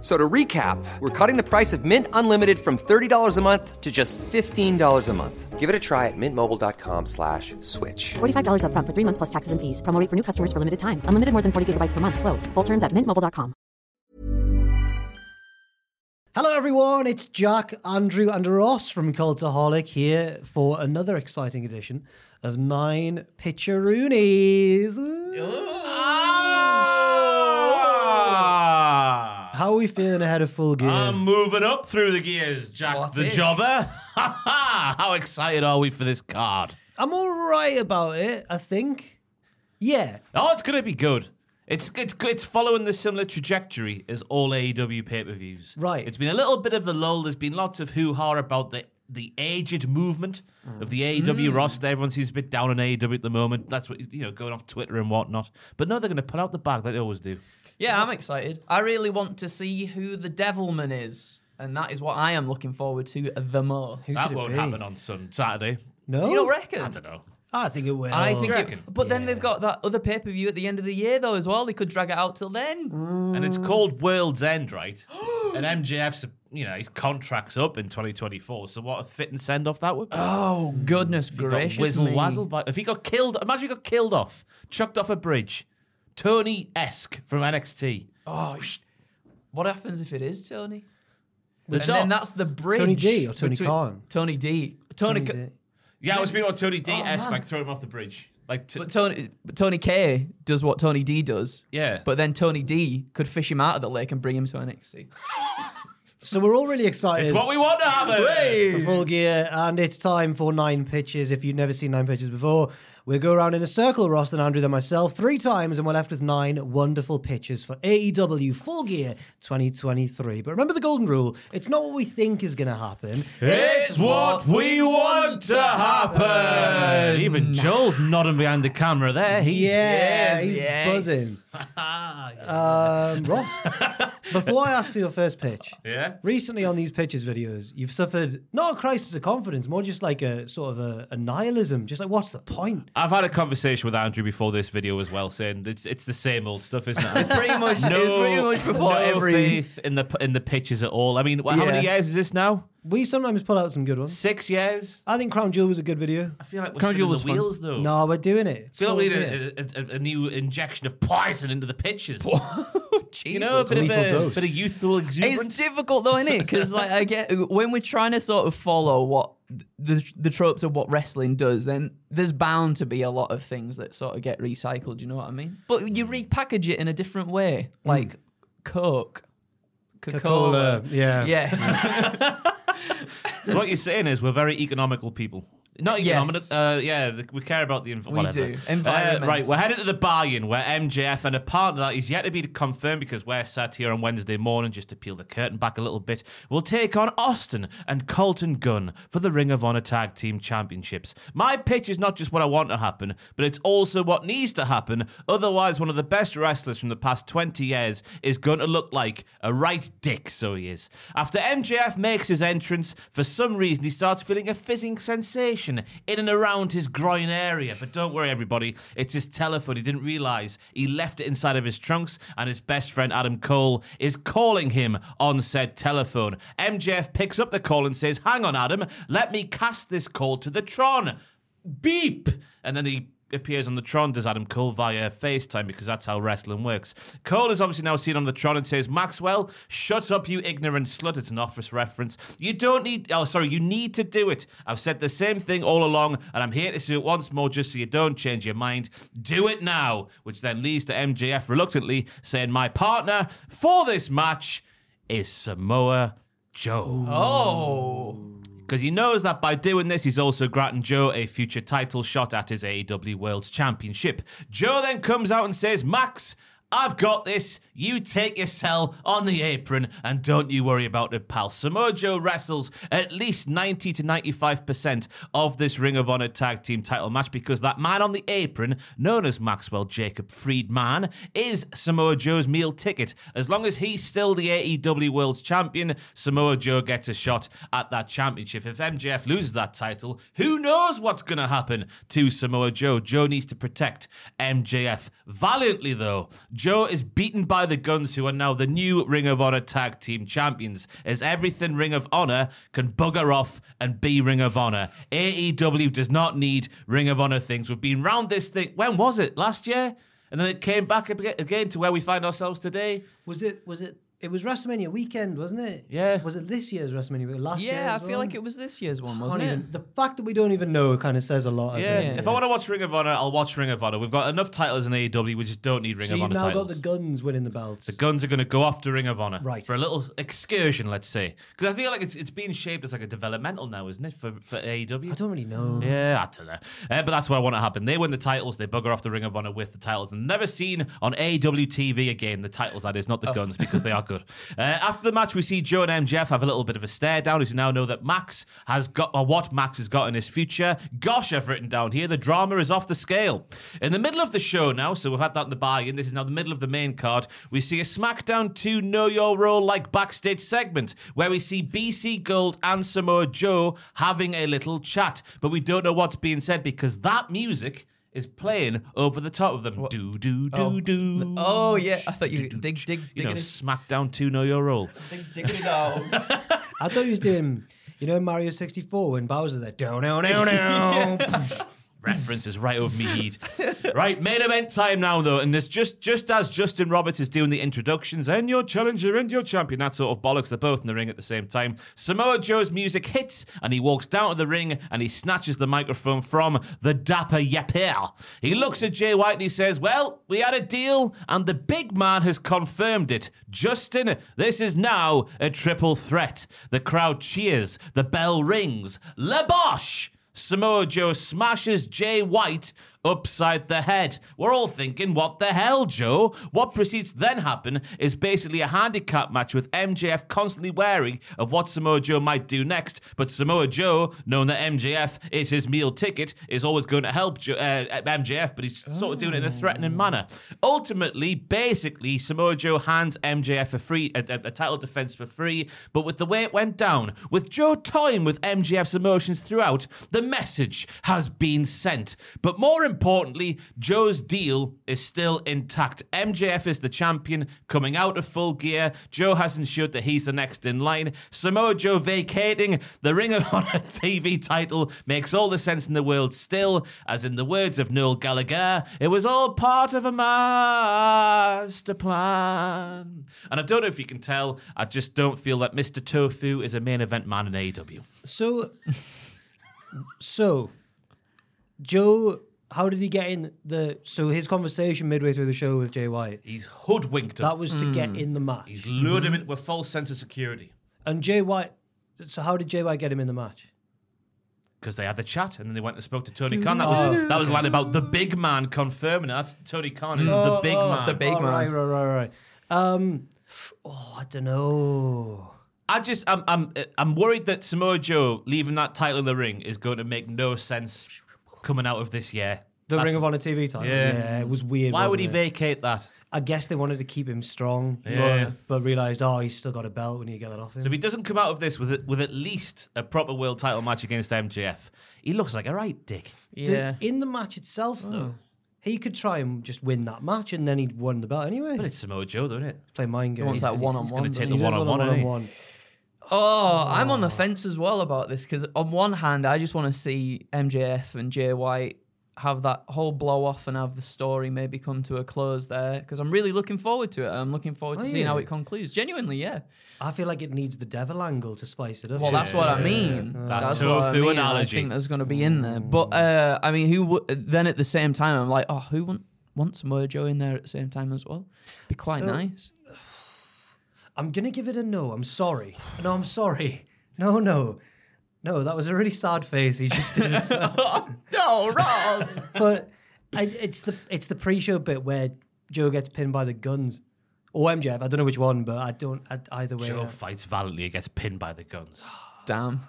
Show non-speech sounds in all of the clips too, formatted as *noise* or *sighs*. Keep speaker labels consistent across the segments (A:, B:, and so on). A: So to recap, we're cutting the price of Mint Unlimited from $30 a month to just $15 a month. Give it a try at mintmobile.com slash switch.
B: $45 upfront for three months plus taxes and fees. Promo rate for new customers for limited time. Unlimited more than 40 gigabytes per month. Slows. Full terms at mintmobile.com.
C: Hello, everyone. It's Jack, Andrew, and Ross from Cultaholic here for another exciting edition of Nine Pitcheroonies. How are we feeling ahead of full gear?
D: Ah!
E: Um,
D: I'm moving up through the gears, Jack the Jobber. *laughs* Ha ha! How excited are we for this card?
C: I'm all right about it, I think. Yeah,
D: Oh, it's gonna be good. It's it's it's following the similar trajectory as all AEW pay per views.
C: Right.
D: It's been a little bit of a lull. There's been lots of hoo ha about the the aged movement of the
C: Mm.
D: AEW roster. Everyone seems a bit down on AEW at the moment. That's what you know, going off Twitter and whatnot. But no, they're gonna put out the bag like they always do.
E: Yeah, I'm excited. I really want to see who the Devilman is, and that is what I am looking forward to the most. Do
D: that
C: could it
D: won't
C: be?
D: happen on some Saturday.
C: no,
E: you not reckon?
D: I don't know.
C: I think it will.
E: I think,
D: reckon?
E: it, but then they've got that other pay per view at the end of the year though as well. They could drag it out till then.
D: and it's called World's End, *gasps* right? and MJF's, you know, his contract's up in 2024. So what a fitting send off that would be.
E: Oh goodness
D: If he got whizzle wazzle by- if he got killed, imagine he got killed off, chucked off a bridge. Tony esque from NXT.
E: Oh, sh- what happens if it is Tony?
D: The
E: and
D: top-
E: then that's the bridge.
C: Tony D or Tony
E: between-
C: Khan?
E: Tony D. Tony.
C: Tony
E: Tony
C: D.
D: yeah, I was being on Tony D esque,
E: man.
D: like throwing him off the bridge. Like, t-
E: But Tony, but Tony K does what Tony D does.
D: Yeah.
E: But then Tony D could fish him out of the lake and bring him to NXT.
C: So we're all really excited.
D: it's what we want to happen.
C: for full gear, and it's time for nine pitches. If you've never seen nine pitches before, we'll go around in a circle, Ross and Andrew, then myself, three times, and we're left with nine wonderful pitches for AEW Full Gear 2023. But remember the golden rule: it's not what we think is going to happen.
D: It's what we want to happen. Even Joel's nodding behind the camera there. He's
C: yeah,
E: yes,
C: he's
E: yes.
C: buzzing. um, Ross, before I ask for your first pitch,
D: *laughs* Yeah?
C: recently on these pitches videos, you've suffered not a crisis of confidence, more just like a sort of a, a nihilism. Just like, what's the point?
D: I've had a conversation with Andrew before this video as well, saying it's it's the same old stuff, isn't it? it's
E: pretty much- it's pretty much before
D: no
E: every-
D: faith in the in the pitches at all. I mean, wh- how many
E: Yeah.
D: years is this now?
C: We sometimes pull out some good ones.
D: Six years.
C: I think Crown Jewel was a good video.
D: I feel like we're
E: Crown
D: spinning
E: Jewel was
D: the
E: fun.
D: wheels though.
C: No, we're doing it. It's
D: I feel
C: full
D: like we need
C: gear.
D: a, a, a, a new injection of poison into the pitches.
E: Jesus.
D: You know, a bit of
C: lethal
D: a
C: dose.
D: bit of youthful
E: It's
D: exuberance.
E: difficult though, isn't it? Because like I get when we're trying to sort of follow what the the tropes of what wrestling does, then there's bound to be a lot of things that sort of get recycled. You know what I mean? But you repackage it in a different way, like Coke,
C: Coca-Cola,
E: Coca-Cola.
C: yeah.
E: yeah.
D: so what you're saying is we're very economical people. Not
E: Yes.
D: economic. Uh, yeah, the, we care about the env- whatever.
E: do.
D: Uh,
E: Environment.
D: right, we're headed to the buy-in where MJF and a partner that is yet to be confirmed because we're sat here on Wednesday morning just to peel the curtain back a little bit. will take on Austin and Colton Gunn for the Ring of Honor Tag Team Championships. My pitch is not just what I want to happen, but it's also what needs to happen. Otherwise, one of the best wrestlers from the past 20 years is going to look like a right dick, so he is. After MJF makes his entrance, for some reason he starts feeling a fizzing sensation in and around his groin area. But don't worry, everybody, it's his telephone. He didn't realize he left it inside of his trunks, and his best friend Adam Cole is calling him on said telephone. MJF picks up the call and says, Hang on, Adam, let me cast this call to the Tron. Beep! And then he appears on the Tron does Adam Cole via FaceTime because that's how wrestling works. Cole is obviously now seen on the Tron and says, Maxwell, shut up, you ignorant slut. It's an office reference. You don't need, oh, sorry, you need to do it. I've said the same thing all along, and I'm here to say it once more just so you don't change your mind. Do it now. Which then leads to MJF reluctantly saying, My partner for this match is Samoa Joe.
E: Oh.
D: Because he knows that by doing this, he's also granting Joe a future title shot at his AEW World Championship. Joe then comes out and says, Max, I've got this. You take your cell on the apron and don't you worry about it, pal. Samoa Joe wrestles at least 90 to 95% of this Ring of Honor tag team title match because that man on the apron, known as Maxwell Jacob Friedman, is Samoa Joe's meal ticket. As long as he's still the AEW World Champion, Samoa Joe gets a shot at that championship. If MJF loses that title, who knows what's going to happen to Samoa Joe? Joe needs to protect MJF. Valiantly, though, Joe is beaten by the Guns, who are now the new Ring of Honor Tag Team Champions, as everything Ring of Honor can bugger off and be Ring of Honor. AEW does not need Ring of Honor things. We've been round this thing, when was it? Last year? And then it came back ag- again to where we find ourselves today.
C: Was it? Was it? It was WrestleMania weekend, wasn't it?
D: Yeah.
C: Was it this year's WrestleMania? weekend? Last year?
E: Yeah, I feel like it was this year's one,
C: Can't
E: wasn't it?
C: even- the fact that we don't even know kind of says a lot. I
D: Yeah.
C: think.
D: If I want to watch Ring of Honor, I'll watch Ring of Honor. We've got enough titles in AEW. We just don't need Ring
C: so
D: of
C: you've
D: Honor
C: now
D: titles.
C: got the guns winning the belts.
D: the guns are going to go after Ring of Honor
C: Right.
D: for a little excursion, let's say, because I feel like it's it's being shaped as like a developmental now, isn't it, for for E AEW?
C: I don't really know.
D: Yeah, I don't know. Uh, but that's what I want to happen. They win the titles, they bugger off the Ring of Honor with the titles, and never seen on AEW TV again. The titles, that is, not the guns, because they are good. Uh, after the match, we see Joe and MJF have a little bit of a stare down as we now know that Max has got, or what Max has got in his future. Gosh, I've written down here, the drama is off the scale. In the middle of the show now, so we've had that in the buy in, this is now the middle of the main card, we see a SmackDown 2 Know Your Role like backstage segment where we see BC Gold and Samoa Joe having a little chat, but we don't know what's being said because that music is playing over the top of them. Do, do, do,
E: Oh.
D: do.
E: Oh, yeah. I thought you-
D: Do, do,
E: dig,
D: ch-
E: dig,
D: You know,
E: diggity.
D: SmackDown 2 Know Your Role.
C: I thought he was doing, you know, in Mario 64 when Bowser's there. Don't know, no,
D: *laughs*
C: no.
D: references right over me heed. right, main event time now though, and there's just just as Justin Roberts is doing the introductions and your challenger and your champion, that sort of bollocks. They're both in the ring at the same time. Samoa Joe's music hits, and he walks down to the ring and he snatches the microphone from the dapper Yapir. He looks at Jay White and he says, "Well, we had a deal, and the big man has confirmed it. Justin, this is now a triple threat." The crowd cheers. The bell rings. Labosh. Samoa Joe smashes Jay White upside the head. We're all thinking, what the hell, Joe? What proceeds then happen is basically a handicap match with MJF constantly wary of what Samoa Joe might do next. But Samoa Joe, knowing that MJF is his meal ticket, is always going to help jo- uh, MJF, but he's sort of doing it in a threatening manner. Ultimately, basically, Samoa Joe hands MJF a free a, a- a title defense for free, but with the way it went down, with Joe toying with MJF's emotions throughout, the message has been sent. But more importantly, Joe's deal is still intact. MJF is the champion coming out of full gear. Joe has ensured that he's the next in line. Samoa Joe vacating the Ring of Honor *laughs* TV title makes all the sense in the world still, as in the words of Noel Gallagher, it was all part of a master plan. And I don't know if you can tell, I just don't feel that Mr. Tofu is a E main event man in AEW.
C: so, so, Joe, how did he get in the. So his conversation midway through the show with Jay White,
D: He's hoodwinked him.
C: that was to get in the match.
D: Hmm. He's lured him in with false sense of security
C: And Jay White. So how did Jay White get him in the match?
D: because they had the chat and then they went and spoke to Tony Khan. That was that was a line about the big man confirming it. That's Tony Khan is the big man.
E: The big
C: Oh,
E: man.
C: Right, right, right, right. Um, oh, I don't know.
D: I just I'm I'm I'm worried that Samoa Joe leaving that title in the ring is going to make no sense coming out of this year.
C: The Ring of Honor TV title.
D: Yeah.
C: it was weird.
D: Why would he
C: wasn't it?
D: vacate that?
C: I guess they wanted to keep him strong,
D: Yeah.
C: but, but realized, oh, he's still got a belt. We need to get that off him.
D: So if he doesn't come out of this with a, with at least a proper world title match against MJF, he looks like a right dick.
C: Did-
E: *laughs* Yeah.
C: in the match itself, though, he could try and just win that match, and then he'd won the belt anyway.
D: But it's Samoa Joe, though, isn't it?
C: play mind games.
E: wants that
C: He's-
E: one
C: he's
E: on
D: gonna
E: one.
C: gonna-
D: take the
C: he does
D: one-on-one,
C: want the
D: ain't he?
C: one-on-one.
E: Oh, I'm on the fence as well about this because on one hand, I just want to see MJF and Jay White have that whole blow off and have the story maybe come to a close there because I'm really looking forward to it. I'm looking forward to
C: Are
E: seeing how
C: you?
E: it concludes. Genuinely, yeah.
C: I feel like it needs the devil angle to spice it up.
E: Well, that's what I mean.
D: That
E: that's
D: tofu
E: what I mean.
D: analogy.
E: I think that's going to be in there. But uh, I mean, who? W- then at the same time, I'm like, oh, who want, wants Mojo in there at the same time as well? Be quite
C: So-
E: nice.
C: I'm gonna give it a no. I'm sorry. No, I'm sorry. No, no, no. That was a really sad face he just did.
D: *laughs*
C: as well.
E: No, Ross.
C: but I, it's the it's the pre-show bit where Joe gets pinned by the guns or MJF. I don't know which one, but I don't I, either way.
D: Joe
C: uh,
D: fights valiantly, gets pinned by the guns.
E: *laughs* Damn.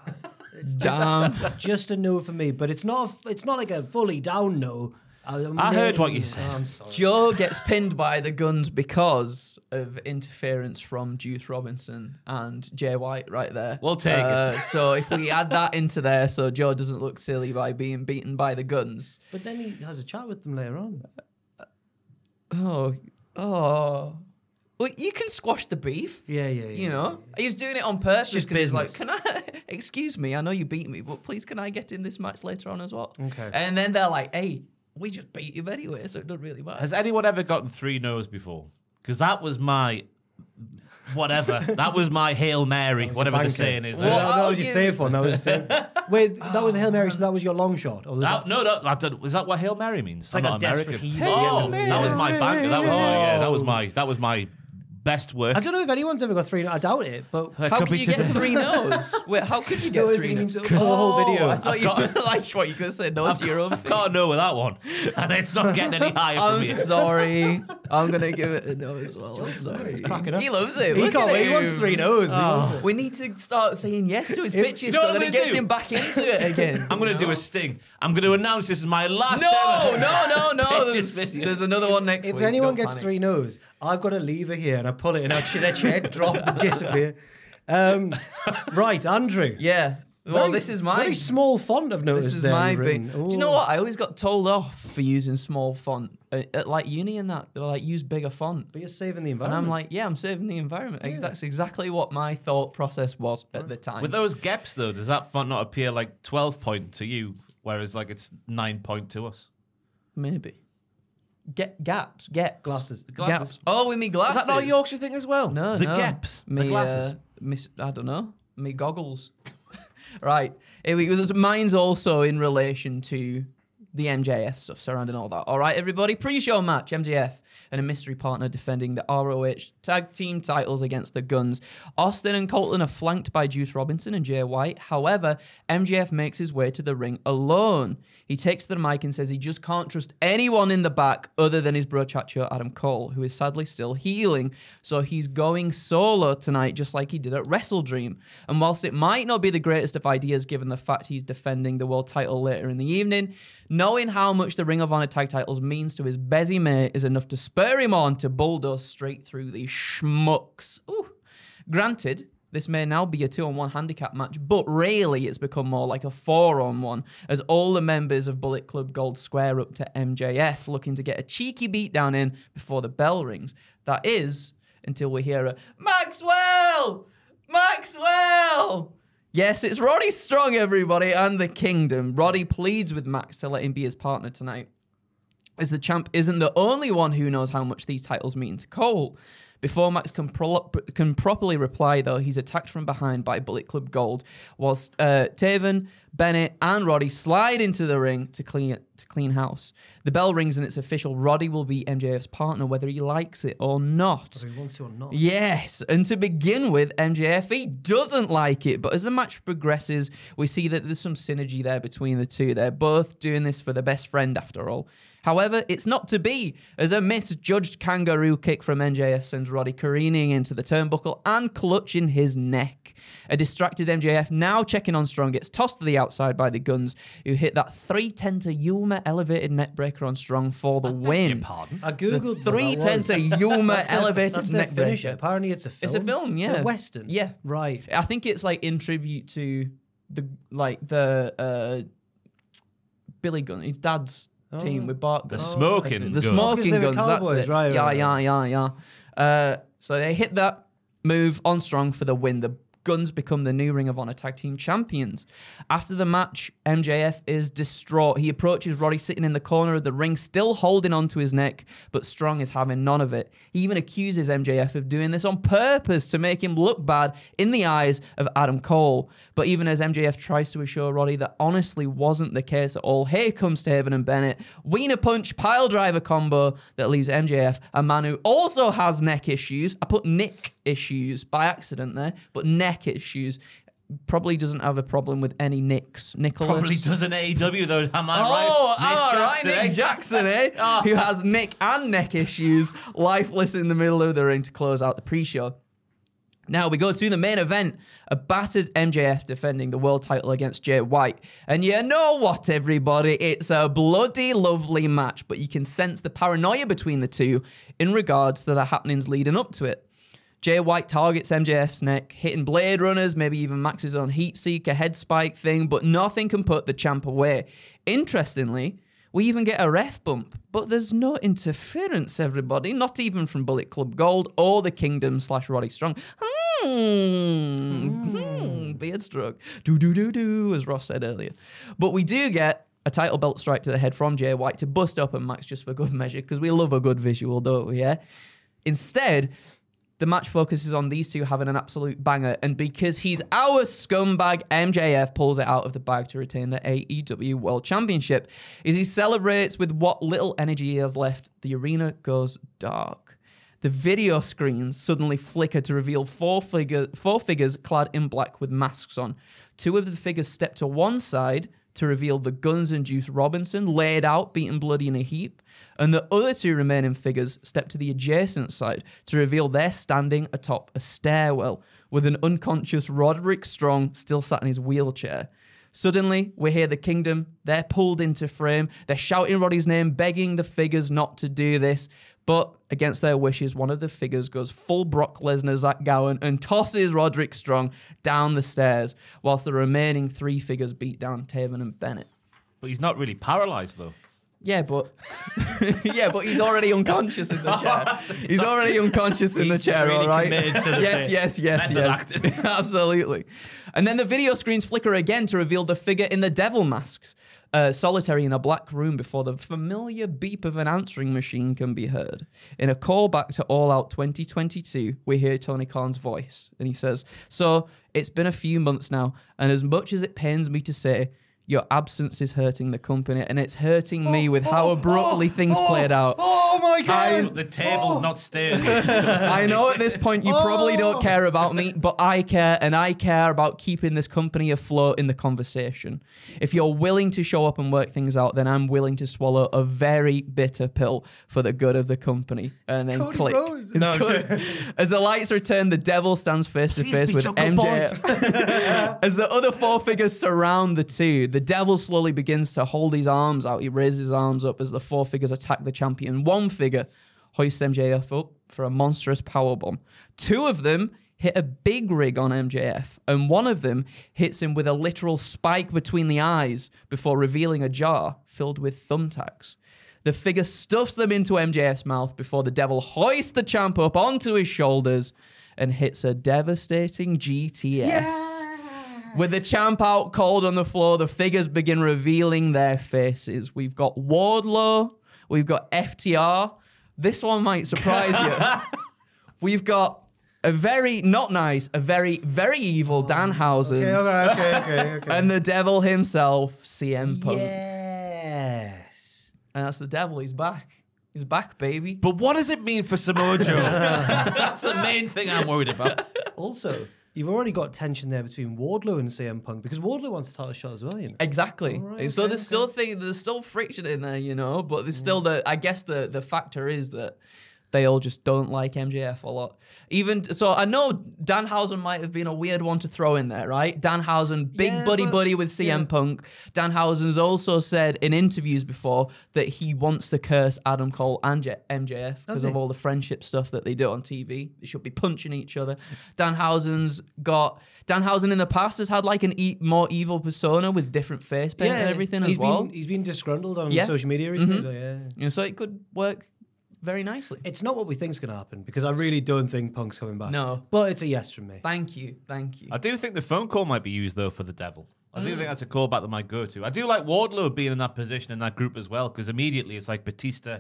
E: Damn.
C: just a no for me. But it's not a, it's not like a fully down no. I, I'm
D: I heard what you
C: Oh,
D: said.
C: I'm sorry.
E: Joe gets pinned by the guns because of interference from Juice Robinson and Jay White right there. Uh,
D: We'll take it.
E: So if we add that into there, so Joe doesn't look silly by being beaten by the guns.
C: But then he has a chat with them later on.
E: Oh, oh. Well, you can squash the beef.
C: Yeah, yeah, yeah.
E: You know, he's doing it on purpose.
C: just
E: 'cause he's like, can
C: business.
E: I? *laughs* Excuse me, I know you beat me, but please, can I get in this match later on as well?
C: Okay.
E: And then they're like, hey, we just beat him anyway, so it doesn't really matter.
D: Has anyone ever gotten three no's before? Because that was my
C: *laughs*
D: whatever. that was my hail mary, whatever the
C: Banker.
D: saying is.
C: Well,
E: Well,
C: that
E: I'll
C: was your
E: give-
C: safe one. That was your safe.
D: *laughs*
C: Wait, that was a hail mary. So that was your long shot. Or was
D: Oh, That- no, no, I don't, is that what hail mary means? It's
C: like a desperate heave at the end
D: Oh,
C: of the
D: that was my
E: Hail
D: banker. That was my yeah. That was
C: Oh.
D: my that was my best work.
C: I don't know if anyone's ever got three. I doubt it. But
D: Uh,
E: How
D: could
E: could
D: be
E: you
D: to
E: get
D: the-
E: *laughs* three no's? Wait, how could you get
C: No, it's
E: three
C: in
E: no's? Oh,
C: himself. The whole video.
E: I thought
D: I've
E: you
D: got-
E: like what you could say no to your own thing.
D: *laughs* Can't know with that one, and it's not getting any higher
E: I'm
D: from
E: *laughs*
D: here.
E: sorry. I'm *laughs* gonna give it a no as well. I'm sorry. Oh.
C: cracking up.
E: He loves it.
C: he
E: Look
C: can't
E: at
C: wait. He wants
E: him.
C: three no's. He wants it.
E: We need to start saying yes to his
D: You
E: bitches
D: know
E: so
D: what
E: that
D: I'm gonna
E: it gets
D: do?
E: him back into it *laughs* again.
D: I'm gonna do a sting. I'm gonna announce this is my last.
E: No,
D: ever-
E: no, no, *laughs* no.
D: Bitches
E: There's,
D: video.
E: there's another one next
C: If
E: week.
C: anyone
E: Don't
C: gets
E: panic.
C: three no's, I've got a lever here and I pull it and I let your head *laughs* drop and disappear. Um, right, Andrew.
E: Yeah. Well,
C: Very-
E: this is my
C: very small font of notice.
E: This is
C: there
E: my
C: you've
E: big.
C: written.
E: Do you
C: Ooh.
E: know what? I always got told off for using small font uh, at, at like uni and that. They were like, use bigger font.
C: But you're saving the
E: And
C: environment.
E: I'm like, yeah, I'm saving the environment. Like, That's exactly what my thought process was at the time.
D: With those gaps though, does that font not appear like 12 point to you, whereas like it's nine point to us?
E: Maybe. Get gaps, gaps,
C: Glasses.
D: Glasses.
E: gaps. Oh, we mean
D: Is
E: glasses.
D: that not a Yorkshire thing as well?
E: No,
D: the
E: no.
D: gaps,
E: Me,
D: the glasses.
E: uh, mis- I don't know. Me goggles. *laughs* right. It was, mine's also in relation to the MJF stuff surrounding all that. All right, everybody. Pre-show match, MJF and a mystery partner defending the ROH tag team titles against the Guns. Austin and Colton are flanked by Juice Robinson and Jay White. However, MJF makes his way to the ring alone. He takes to the mic and says he just can't trust anyone in the back other than his bro Chacho Adam Cole, who is sadly still healing. So he's going solo tonight, just like he did at Wrestle Dream. And whilst it might not be the greatest of ideas given the fact he's defending the world title later in the evening, knowing how much the Ring of Honor tag titles means to his Bezzy mate is enough to spur him on to bulldoze straight through these schmucks. Ooh. Granted, this may now be a two on one handicap match, but really it's become more like a four on one, as all the members of Bullet Club Gold square up to MJF, looking to get a cheeky beatdown in before the bell rings. That is, until we hear a Maxwell! Maxwell! Yes, it's Roddy Strong, everybody, and the kingdom. Roddy pleads with Max to let him be his partner tonight as the champ isn't the only one who knows how much these titles mean to Cole. Before Max can, pro- can properly reply, though, he's attacked from behind by Bullet Club Gold, whilst uh, Taven, Bennett, and Roddy slide into the ring to clean to clean house. The bell rings and it's official. Roddy will be MJF's partner, whether he likes it or not.
C: Whether he wants to or not.
E: Yes, and to begin with, MJF he E doesn't like it, but as the match progresses, we see that there's some synergy there between the two. They're both doing this for the best friend after all. However, it's not to be, as a misjudged kangaroo kick from MJF sends Roddy careening into the turnbuckle and clutching his neck. A distracted MJF now checking on Strong gets tossed to the outside by the guns, who hit that 310 to Yuma elevated neck breaker on Strong for the win.
D: Pardon?
C: I
E: The
C: googled what that
E: 310
C: was.
E: to Yuma
C: That's their-
E: elevated
C: that's their
E: neck
C: finish.
E: breaker.
C: Apparently, it's a film.
E: It's a film, yeah.
C: It's a western.
E: Yeah.
C: Right.
E: I think it's like in tribute to the like the uh Billy Gunn, his dad's team with Bart.
D: The
E: Gunn.
D: smoking
E: the
D: guns.
E: smoking
C: Because Oh. they were
E: guns. That's
C: cowboys,
E: it.
C: right,
E: yeah,
C: right,
E: yeah, yeah, yeah. Uh, so they hit that move on strong for the win. The Guns become the new Ring of Honor Tag Team Champions. After the match, MJF is distraught. He approaches Roddy sitting in the corner of the ring, still holding onto his neck, but Strong is having none of it. He even accuses MJF of doing this on purpose to make him look bad in the eyes of Adam Cole. But even as MJF tries to assure Roddy that honestly wasn't the case at all, here comes Taven and Bennett. Wiener punch, pile driver combo that leaves MJF, a man who also has neck issues. I put neck issues by accident there, but neck issues. Probably doesn't have a problem with any nicks. Nicholas
D: Probably doesn't AEW though. Am I right?
E: oh,
D: Nick
E: all right,
D: Jackson, eh?
E: Nick Jackson, eh? *laughs* Who has neck and neck issues, lifeless in the middle of the ring to close out the pre-show. Now we go to the main event, a battered MJF defending the world title against Jay White. And you know what, everybody? It's a bloody lovely match, but you can sense the paranoia between the two in regards to the happenings leading up to it. Jay White targets MJF's neck, hitting Blade Runners, maybe even Max's own Heat Seeker head spike thing, but nothing can put the champ away. Interestingly, we even get a ref bump, but there's no interference, everybody, not even from Bullet Club Gold or the Kingdom slash Roddy Strong. Hmm. Hmm. Beard struck. Do do do do, as Ross said earlier. But we do get a title belt strike to the head from Jay White to bust up and Max just for good measure, because we love a good visual, don't we? Yeah. Instead, the match focuses on these two having an absolute banger, and because he's our scumbag, MJF pulls it out of the bag to retain the AEW World Championship. As he celebrates with what little energy he has left, the arena goes dark. The video screens suddenly flicker to reveal four, figure, four figures clad in black with masks on. Two of the figures step to one side to reveal the guns and Juice Robinson laid out, beaten bloody in a heap, and the other two remaining figures step to the adjacent side to reveal they're standing atop a stairwell with an unconscious Roderick Strong still sat in his wheelchair. Suddenly, we hear the kingdom. They're pulled into frame. They're shouting Roddy's name, begging the figures not to do this. But against their wishes, one of the figures goes full Brock Lesnar, Zach Gowen, and tosses Roderick Strong down the stairs, whilst the remaining three figures beat down Taven and Bennett.
D: But he's not really paralyzed though.
E: Yeah, but *laughs* yeah, but he's already
D: *laughs*
E: unconscious in the chair. He's already unconscious in the
D: He's
E: chair.
D: really
E: all right.
D: committed to the
E: yes,
D: bit.
E: yes, yes,
D: Method
E: yes, *laughs* Absolutely. And then the video screens flicker again to reveal the figure in the devil masks, uh, solitary in a black room before the familiar beep of an answering machine can be heard. In a callback to All Out 2022, we hear Tony Khan's voice, and he says, "So it's been a few months now, and as much as it pains me to say." Your absence is hurting the company, and it's hurting me with how abruptly things played out.
C: Oh my god!
D: The table's not stable.
E: I know at this point you probably
C: Oh.
E: don't care about me, but I care, and I care about keeping this company afloat in the conversation. If you're willing to show up and work things out, then I'm willing to swallow a very bitter pill for the good of the company. And then
C: Cody
E: click.
C: Rhodes.
E: It's
C: No,
E: Cody- *laughs* As the lights return, the devil stands face to face with MJF. As the other four figures surround the two, the devil slowly begins to hold his arms out. He raises his arms up as the four figures attack the champion. One figure hoists MJF up for a monstrous powerbomb. Two of them hit a big rig on MJF, and one of them hits him with a literal spike between the eyes before revealing a jar filled with thumbtacks. The figure stuffs them into MJF's mouth before the devil hoists the champ up onto his shoulders and hits a devastating GTS. With the champ out cold on the floor, the figures begin revealing their faces. We've got Wardlow, we've got FTR. This one might surprise you.
C: *laughs*
E: We've got a very not nice, a very very evil Danhausen,
C: Oh, Okay, all right, okay, okay,
E: *laughs*
C: okay.
E: and the devil himself, CM Punk.
C: yes.
E: And that's the devil. He's back. He's back,
D: *laughs*
E: baby.
D: but what does it mean for Samoa Joe? *laughs* That's the main thing I'm worried about.
C: Also, you've already got tension there between Wardlow and CM Punk because Wardlow wants a title shot as well, you know.
E: Exactly.
C: Alright,
E: so
C: okay, Mm.
E: there's
C: okay.
E: still thing, there's still friction in there, you know. But there's still the. I guess the the factor is that they all just don't like MJF a lot. Even so, I know Danhausen might have been a weird one to throw in there, right? Danhausen, big
C: Yeah,
E: buddy
C: but-
E: buddy with CM Punk. Danhausen's also said in interviews before that he wants to curse Adam Cole and J- MJF because
C: Does
E: of
C: he?
E: all the friendship stuff that they do on TV. They should be punching each other. Danhausen's got Danhausen in the past has had like an e- more evil persona with different face paint and everything
C: he's
E: as well.
C: Been, he's been disgruntled on
E: Yeah. Mm-hmm.
C: social media recently. so yeah.
E: You know, so it could work very nicely.
C: It's not what we think's going to happen because I really don't think Punk's coming back.
E: No.
C: But it's a yes from me.
E: Thank you, thank you.
D: I do think the phone call might be used though for the devil. I do think that's a callback that might go to. I do like Wardlow being in that position in that group as well because immediately it's like Batista.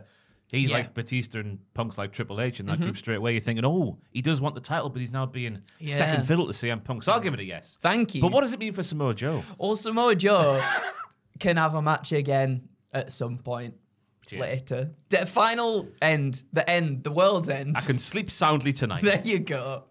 D: He's
E: Yeah.
D: like Batista and Punk's like Triple H in that group straight away. You're thinking, oh, he does want the title, but he's now being
E: Yeah.
D: second fiddle to CM Punk. So I'll give it a yes.
E: Thank you.
D: But what does it mean for Samoa Joe?
E: Or Samoa Joe can have a match again at some point
D: Cheers.
E: later. The final end, the end, the world's end.
D: I can sleep soundly tonight.
E: *laughs* There you go.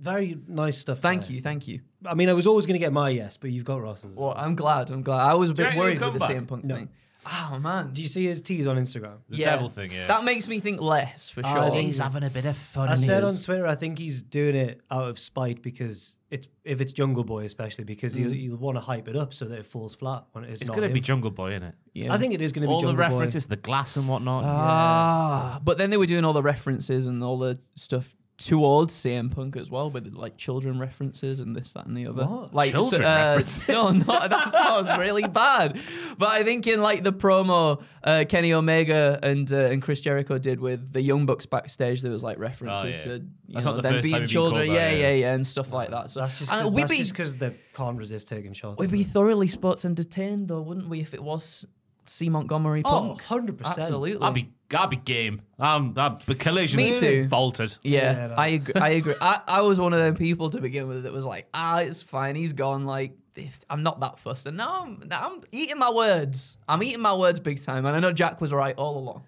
C: Very nice stuff.
E: Thank
C: there.
E: you, thank you.
C: I mean, I was always going to get my yes, but you've got Ross's.
E: Well, I'm glad. I'm glad. I was a
D: Do you
E: bit
D: reckon
E: worried
D: he'll
E: with the
D: come
E: CM
D: back?
E: Punk thing. Oh man.
C: Do you see his tease on Instagram?
D: the devil thing, yeah.
E: That makes me think less for
C: I
E: sure.
C: think He's having
E: Oh, a bit of fun.
C: I said on Twitter, I think he's doing it out of spite because it's if it's Jungle Boy, especially because
E: Mm.
C: he'll, he'll want to hype it up so that it falls flat when it's,
D: it's
C: not.
D: going to
C: him.
D: be Jungle Boy, isn't it?
C: I think it is going to be
D: All the
C: Jungle Boy.
D: references, the glass and whatnot.
E: Ah, but then they were doing all the references and all the stuff towards CM Punk as well, with like children references and this, that, and the other.
C: What?
E: Like uh,
D: Children references?
E: *laughs* No, no, that sounds really bad. But I think in like the promo uh, Kenny Omega and uh, and Chris Jericho did with the Young Bucks backstage, there was like references
D: Oh, yeah.
E: to you
D: That's
E: know
D: not the
E: them
D: first time
E: being
D: you've been
E: children,
D: called
E: yeah,
D: that,
E: yeah,
D: yeah.
E: yeah, and stuff like that. So
C: That's just
E: and we'd be
C: because they can't resist taking shots.
E: we'd be thoroughly sports entertained though, wouldn't we? If it was C Montgomery
C: oh,
E: Punk,
C: 100%.
E: absolutely.
D: I'd be, I'd be game. Um, that the collision
E: Me too.
D: faltered.
C: Yeah,
E: Yeah,
C: no.
E: I agree. I agree. I, I was one of them people to begin with that was like, ah, it's fine. He's gone. Like, if- I'm not that fussed. And now I'm, now I'm eating my words. I'm eating my words big time. And I know Jack was right all along.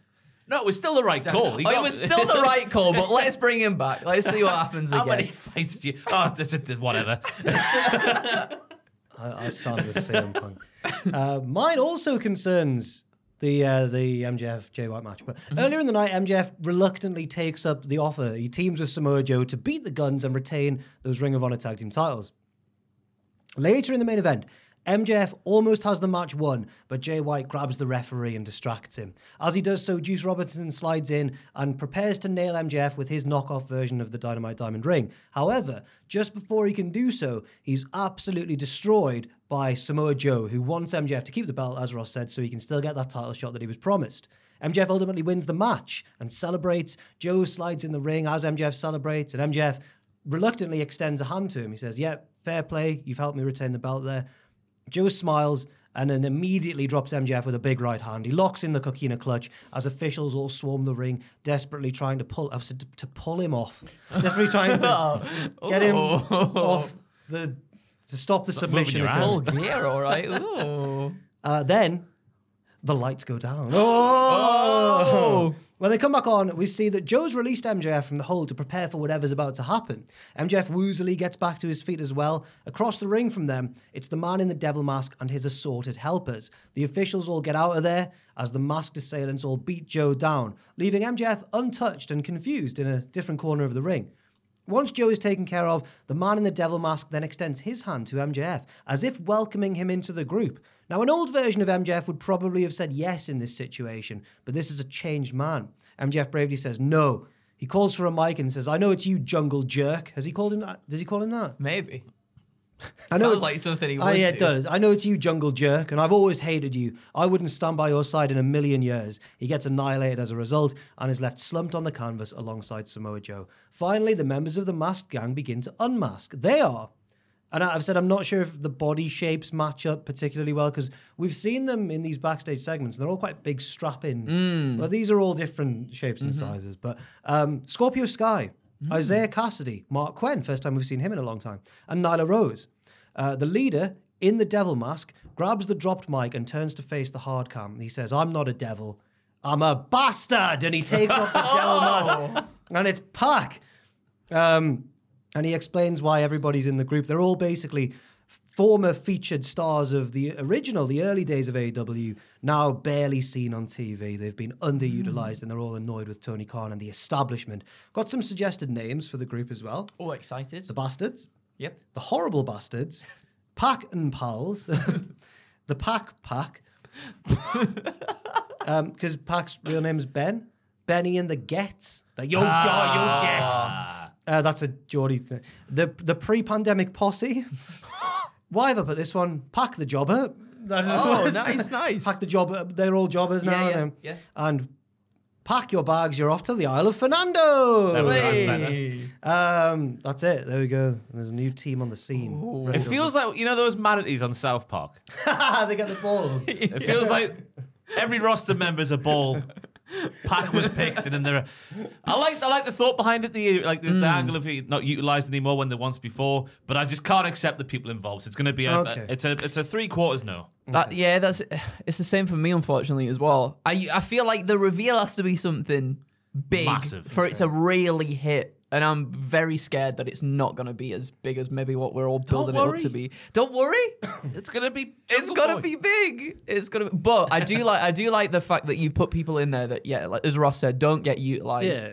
D: No, it was still the right call. He
E: Oh, it
D: got- *laughs*
E: was still the *laughs* right call, but let's bring him back. Let's see what happens
D: How many
E: again.
D: fights do you? Oh, that's a,
E: *laughs*
D: whatever.
C: I, I started with CM Punk. Uh, mine also concerns the uh, the MJF Jay White match. But earlier in the night, MJF reluctantly takes up the offer. He teams with Samoa Joe to beat the Guns and retain those Ring of Honor tag team titles. Later in the main event, MJF almost has the match won, but Jay White grabs the referee and distracts him. As he does so, Juice Robinson slides in and prepares to nail MJF with his knockoff version of the Dynamite Diamond Ring. However, just before he can do so, he's absolutely destroyed by Samoa Joe, who wants MJF to keep the belt, as Ross said, so he can still get that title shot that he was promised. MJF ultimately wins the match and celebrates. Joe slides in the ring as MJF celebrates, and MJF reluctantly extends a hand to him. He says, Yep, fair play. You've helped me retain the belt there. Joe smiles and then immediately drops MJF with a big right hand. He locks in the coquina clutch as officials all swarm the ring, desperately trying to pull uh, to, to pull him off. Desperately trying to *laughs* get him off the to stop the submission.
D: your hand.
C: attempt.
E: Full gear, all right. Ooh. *laughs*
C: Uh, then the lights go down. Oh! When they come back on, we see that Joe's released MJF from the hold to prepare for whatever's about to happen. MJF woozily gets back to his feet as well. Across the ring from them, it's the man in the devil mask and his assorted helpers. The officials all get out of there as the masked assailants all beat Joe down, leaving MJF untouched and confused in a different corner of the ring. Once Joe is taken care of, the man in the devil mask then extends his hand to MJF, as if welcoming him into the group. Now, an old version of MJF would probably have said yes in this situation, but this is a changed man. MJF bravely says no. He calls for a mic and says, I know it's you, jungle jerk. Has he called him that? Does he call him that?
E: Maybe.
C: I know
E: Sounds
C: it's-
E: like something he
C: Oh,
E: would
C: yeah,
E: do.
C: it does. I know it's you, jungle jerk, and I've always hated you. I wouldn't stand by your side in a million years. He gets annihilated as a result and is left slumped on the canvas alongside Samoa Joe. Finally, the members of the masked gang begin to unmask. They are. And I- I've said I'm not sure if the body shapes match up particularly well because we've seen them in these backstage segments. and They're all quite big, strapping.
E: Mm.
C: Well, these are all different shapes
E: Mm-hmm.
C: and sizes. But um, Scorpio Sky,
E: Mm.
C: Isaiah Cassidy, Mark Quinn, first time we've seen him in a long time, and Nyla Rose. Uh, the leader in the devil mask grabs the dropped mic and turns to face the hard cam. He says, I'm not a devil. I'm a bastard. And he takes off the devil mask. And it's Pac. Um, and he explains why everybody's in the group. They're all basically f- former featured stars of the original, the early days of AEW, now barely seen on TV. They've been underutilized and they're all annoyed with Tony Khan and the establishment. Got some suggested names for the group as well
E: Oh, excited.
C: The Bastards,
E: Yep.
C: The Horrible Bastards, Pack and Pals, *laughs* The Pack
E: *laughs*
C: Pack, because Pack's Um, real name is Ben, Benny and the Gets. Like, yo, yo, yo, Gets.
E: Ah.
C: Uh, that's a Geordie thing. The the pre-pandemic posse. Why have I put this one? Pack the jobber. That
E: Oh,
C: was-
E: *laughs* nice, nice.
C: Pack the jobber. They're all jobbers now.
E: Yeah, yeah,
C: aren't they?
E: yeah.
C: And Pack your bags, you're off to the Isle of Fernando.
D: That was-
E: Hey.
D: that's better.
C: Um, that's it. There we go. There's a new team on the scene.
D: It feels like you know those manatees on South Park.
C: *laughs* they got the
E: *laughs*
C: ball.
D: It feels like every roster member's a ball. Pack was picked, and then there. Are, I like I like the thought behind it, the like the,
E: Mm.
D: the angle of it not utilised anymore when there once before. But I just can't accept the people involved. So it's going to be a,
C: Okay.
D: it's a it's a three quarters no.
E: That yeah, that's *sighs* it's the same for me unfortunately as well. I I feel like the reveal has to be something big
D: Massive.
E: for it to really hit, and I'm very scared that it's not going to be as big as maybe what we're all building it up
D: worry.
E: to be.
C: *laughs*
E: Don't worry,
D: It's going to be
E: it's
D: Jungle
E: going to
D: Boy.
E: be big. It's going to. Be, but I do like I do like the fact that you put people in there that yeah, like as Ross said, don't get utilized,
C: Yeah.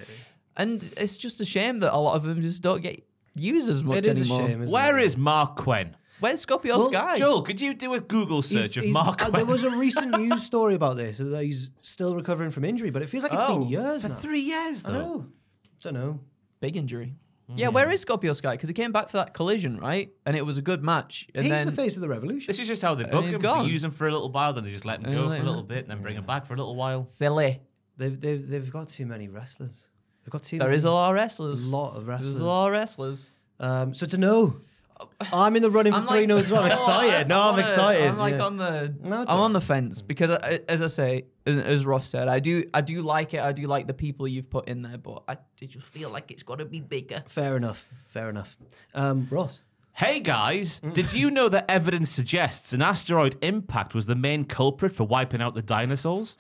E: and it's just a shame that a lot of them just don't get used as much
C: It is a
E: anymore.
C: shame. Isn't
D: Where
C: it?
D: is Mark Quinn?
E: Where's Scorpio
C: Well,
E: Sky?
D: Joel, could you do a Google
C: He's-
D: search of
C: he's-
D: Mark
C: uh,
D: Quinn?
C: there was a recent news story about this that he's still recovering from injury, but it feels like it's
E: Oh,
C: been years
D: for
C: now.
D: three years though.
C: I know. Don't know.
E: Big injury. Mm. Yeah, where is Scorpio Sky? Because he came back for that collision, right? And it was a good match. And
C: He's
E: then
C: the face of the revolution.
D: This is just how they book
E: he's
D: him.
E: gone.
D: They use him for a little while, then they just let him go for
E: like
D: a little
E: that.
D: bit, and then bring him back for a little while.
E: Philly.
C: They've, they've, they've got too many wrestlers. They've got too
E: There
C: many.
E: is a lot of wrestlers.
C: lot of
E: There's
C: wrestlers.
E: a lot of wrestlers.
C: Um, so to know, I'm in the running for
E: Oh. *laughs* I'm
C: three
E: like-
C: no's as well. I'm
E: Oh,
C: excited. No,
E: I- I
C: I'm
E: wanna-
C: excited.
E: I'm like
C: yeah.
E: on the.
C: No,
E: I'm
C: it's
E: on
C: alright.
E: the fence because, I, as I say, as- as Ross said, I do, I do like it. I do like the people you've put in there, but I I just feel like it's got to be bigger.
C: Fair enough. Fair enough. Um, Ross.
D: Hey guys, did you know that evidence suggests an asteroid impact was the main culprit for wiping out the dinosaurs?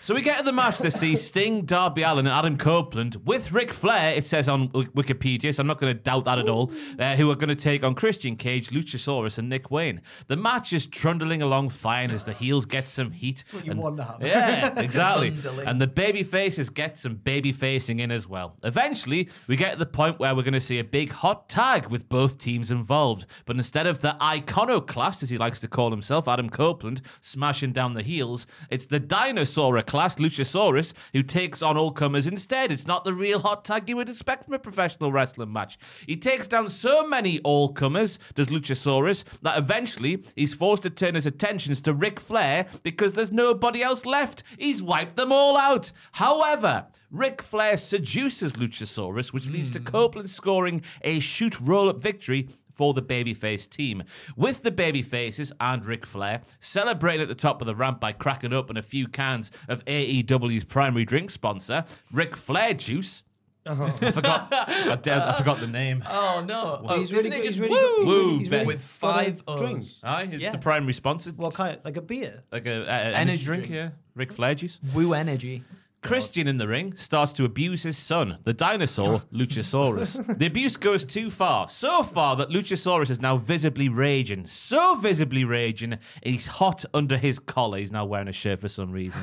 D: So we get to the match to see Sting, Darby Allen, and Adam Copeland with Ric Flair. It says on Wik- Wikipedia, so I'm not going to doubt that at all. Uh, who are going to take on Christian Cage, Luchasaurus, and Nick Wayne? The match is trundling along fine as the heels get some heat. That's
C: what you want to happen. *laughs*
D: Yeah, exactly.
E: Trundling.
D: and the baby faces get some baby facing in as well. Eventually, we get to the point where we're going to see a big hot tag with both teams involved. But instead of the iconoclast, as he likes to call himself, Adam Copeland, smashing down the heels, it's the dinosaur class, Luchasaurus, who takes on all comers instead. It's not the real hot tag you would expect from a professional wrestling match. He takes down so many all comers, does Luchasaurus, that eventually he's forced to turn his attentions to Ric Flair because there's nobody else left. He's wiped them all out. However, Ric Flair seduces Luchasaurus, which leads to Copeland scoring a shoot roll up victory. For the babyface team. With the babyfaces and Ric Flair celebrating at the top of the ramp by cracking open a few cans of AEW's primary drink sponsor, Ric Flair Juice. I forgot. I, did- I forgot the name.
E: Oh no! Oh,
C: he's
E: isn't
C: really
E: it
C: good- he's
E: just
C: really
E: woo?
C: good-
D: he's really- he's Woo, really
E: with
C: got a
E: five O's.
C: drink.
D: Aye, it's
E: Yeah.
D: the primary sponsor.
C: What kind? Like a beer.
D: Like a, a- a energy drink,
E: drink.
D: yeah. Ric Flair juice.
E: Woo energy.
D: Christian in the ring starts to abuse his son, the dinosaur Luchasaurus. the abuse goes too far, so far that Luchasaurus is now visibly raging, so visibly raging, he's hot under his collar. He's now wearing a shirt for some reason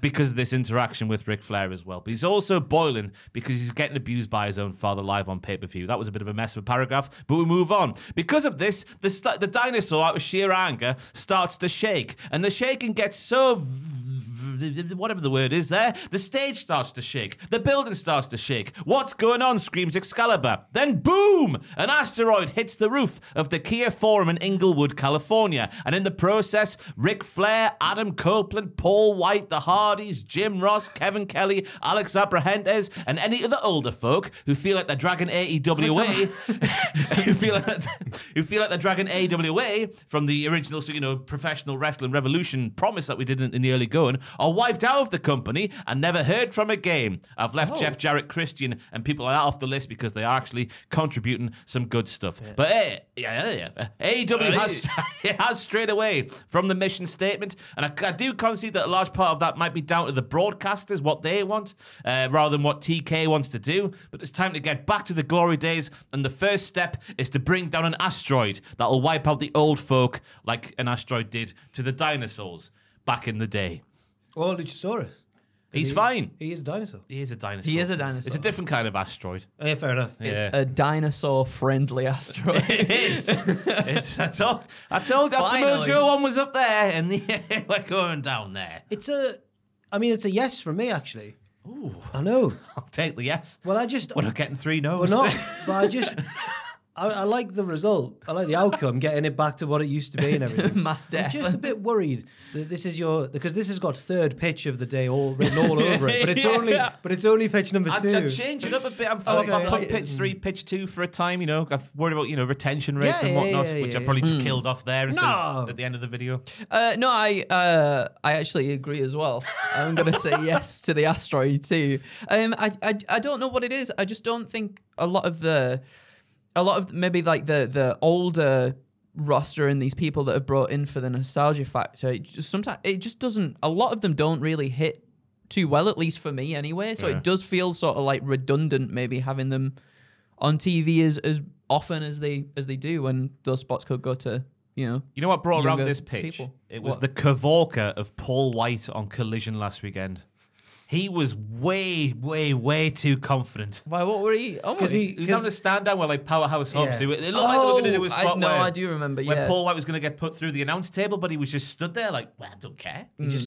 D: because of this interaction with Ric Flair as well. But he's also boiling because he's getting abused by his own father live on pay per view. That was a bit of a mess of a paragraph, but we move on. Because of this, the, st- the dinosaur, out of sheer anger, starts to shake, and the shaking gets so. v- whatever the word is there, the stage starts to shake. The building starts to shake. What's going on? screams Excalibur. Then boom! An asteroid hits the roof of the Kia Forum in Inglewood, California. And in the process, Ric Flair, Adam Copeland, Paul White, the Hardys, Jim Ross, Kevin Kelly, Alex Abrahantes, and any other older folk who feel like they're dragging AEW away, E *laughs* who feel like who feel like they're dragging AEW away E from the original, so you know, professional wrestling revolution promise that we did in, in the early going, are wiped out of the company and never heard from again. I've left Jeff Jarrett, Christian, and people like that off the list because they are actually contributing some good stuff. But hey, yeah, yeah, yeah. AEW has *laughs* it has strayed away from the mission statement, and I, I do concede that a large part of that might be down to the broadcasters what they want uh, rather than what TK wants to do. But it's time to get back to the glory days, and the first step is to bring down an asteroid that'll wipe out the old folk like an asteroid did to the dinosaurs back in the day.
C: Or Luchasaurus.
D: He's fine.
C: He is a dinosaur.
D: He is a dinosaur.
E: is a dinosaur.
D: It's a different kind of asteroid.
C: Yeah, fair enough.
E: It's
D: Yeah.
E: a dinosaur-friendly asteroid.
D: *laughs* *laughs* It is. it's, I told, I told that
E: Finally.
D: Samojo one was up there, and the, *laughs* we're going down there.
C: It's a. I mean, it's a yes from me actually. Ooh. I know.
D: I'll take the yes.
C: Well, I just. *laughs*
D: We're not getting three
C: We're
D: no's.
C: not. but I just. I, I like the result. I like the outcome, getting it back to what it used to be and *laughs* everything.
E: Mass
C: I'm
E: death.
C: just a bit worried that this is your because this has got third pitch of the day all written all over it, but *laughs* it's
E: Yeah.
C: only but it's only pitch number
D: *laughs* I'd,
C: two.
D: I'd change it up a bit. I'm thought about
E: Okay.
D: put pitch three, pitch two for a time. You know, I've worried about you know retention rates
C: Yeah,
D: and
C: yeah,
D: whatnot,
C: yeah,
D: which
C: yeah,
D: I probably
E: Hmm.
D: just killed off there instead of
C: No.
D: at the end of the video.
E: Uh, no, I uh, I actually agree as well. I'm gonna say yes to the asteroid too. Um, I, I I don't know what it is. I just don't think a lot of the, a lot of maybe like the the older roster and these people that have brought in for the nostalgia factor. It just sometimes it just doesn't. A lot of them don't really hit too well, at least for me anyway. So it does feel sort of like redundant, maybe having them on TV as as often as they as they do when those spots could go to you know
D: You know what brought around
E: Younger
D: this pitch?
E: people.
D: It was
E: What?
D: the Kavorka of Paul White on Collision last weekend. He was way, way, way too confident.
E: Why? What were he? Oh,
C: Because
D: He was having a stand down where like powerhouse hops.
C: Yeah.
D: It looked like they were going to do a
E: Oh, I-
D: spot
E: no,
D: where,
E: I do remember,
D: where
E: yeah.
D: Paul White was going to get put through the announce table, but he was just stood there like, well, I don't care.
E: Mm.
D: He just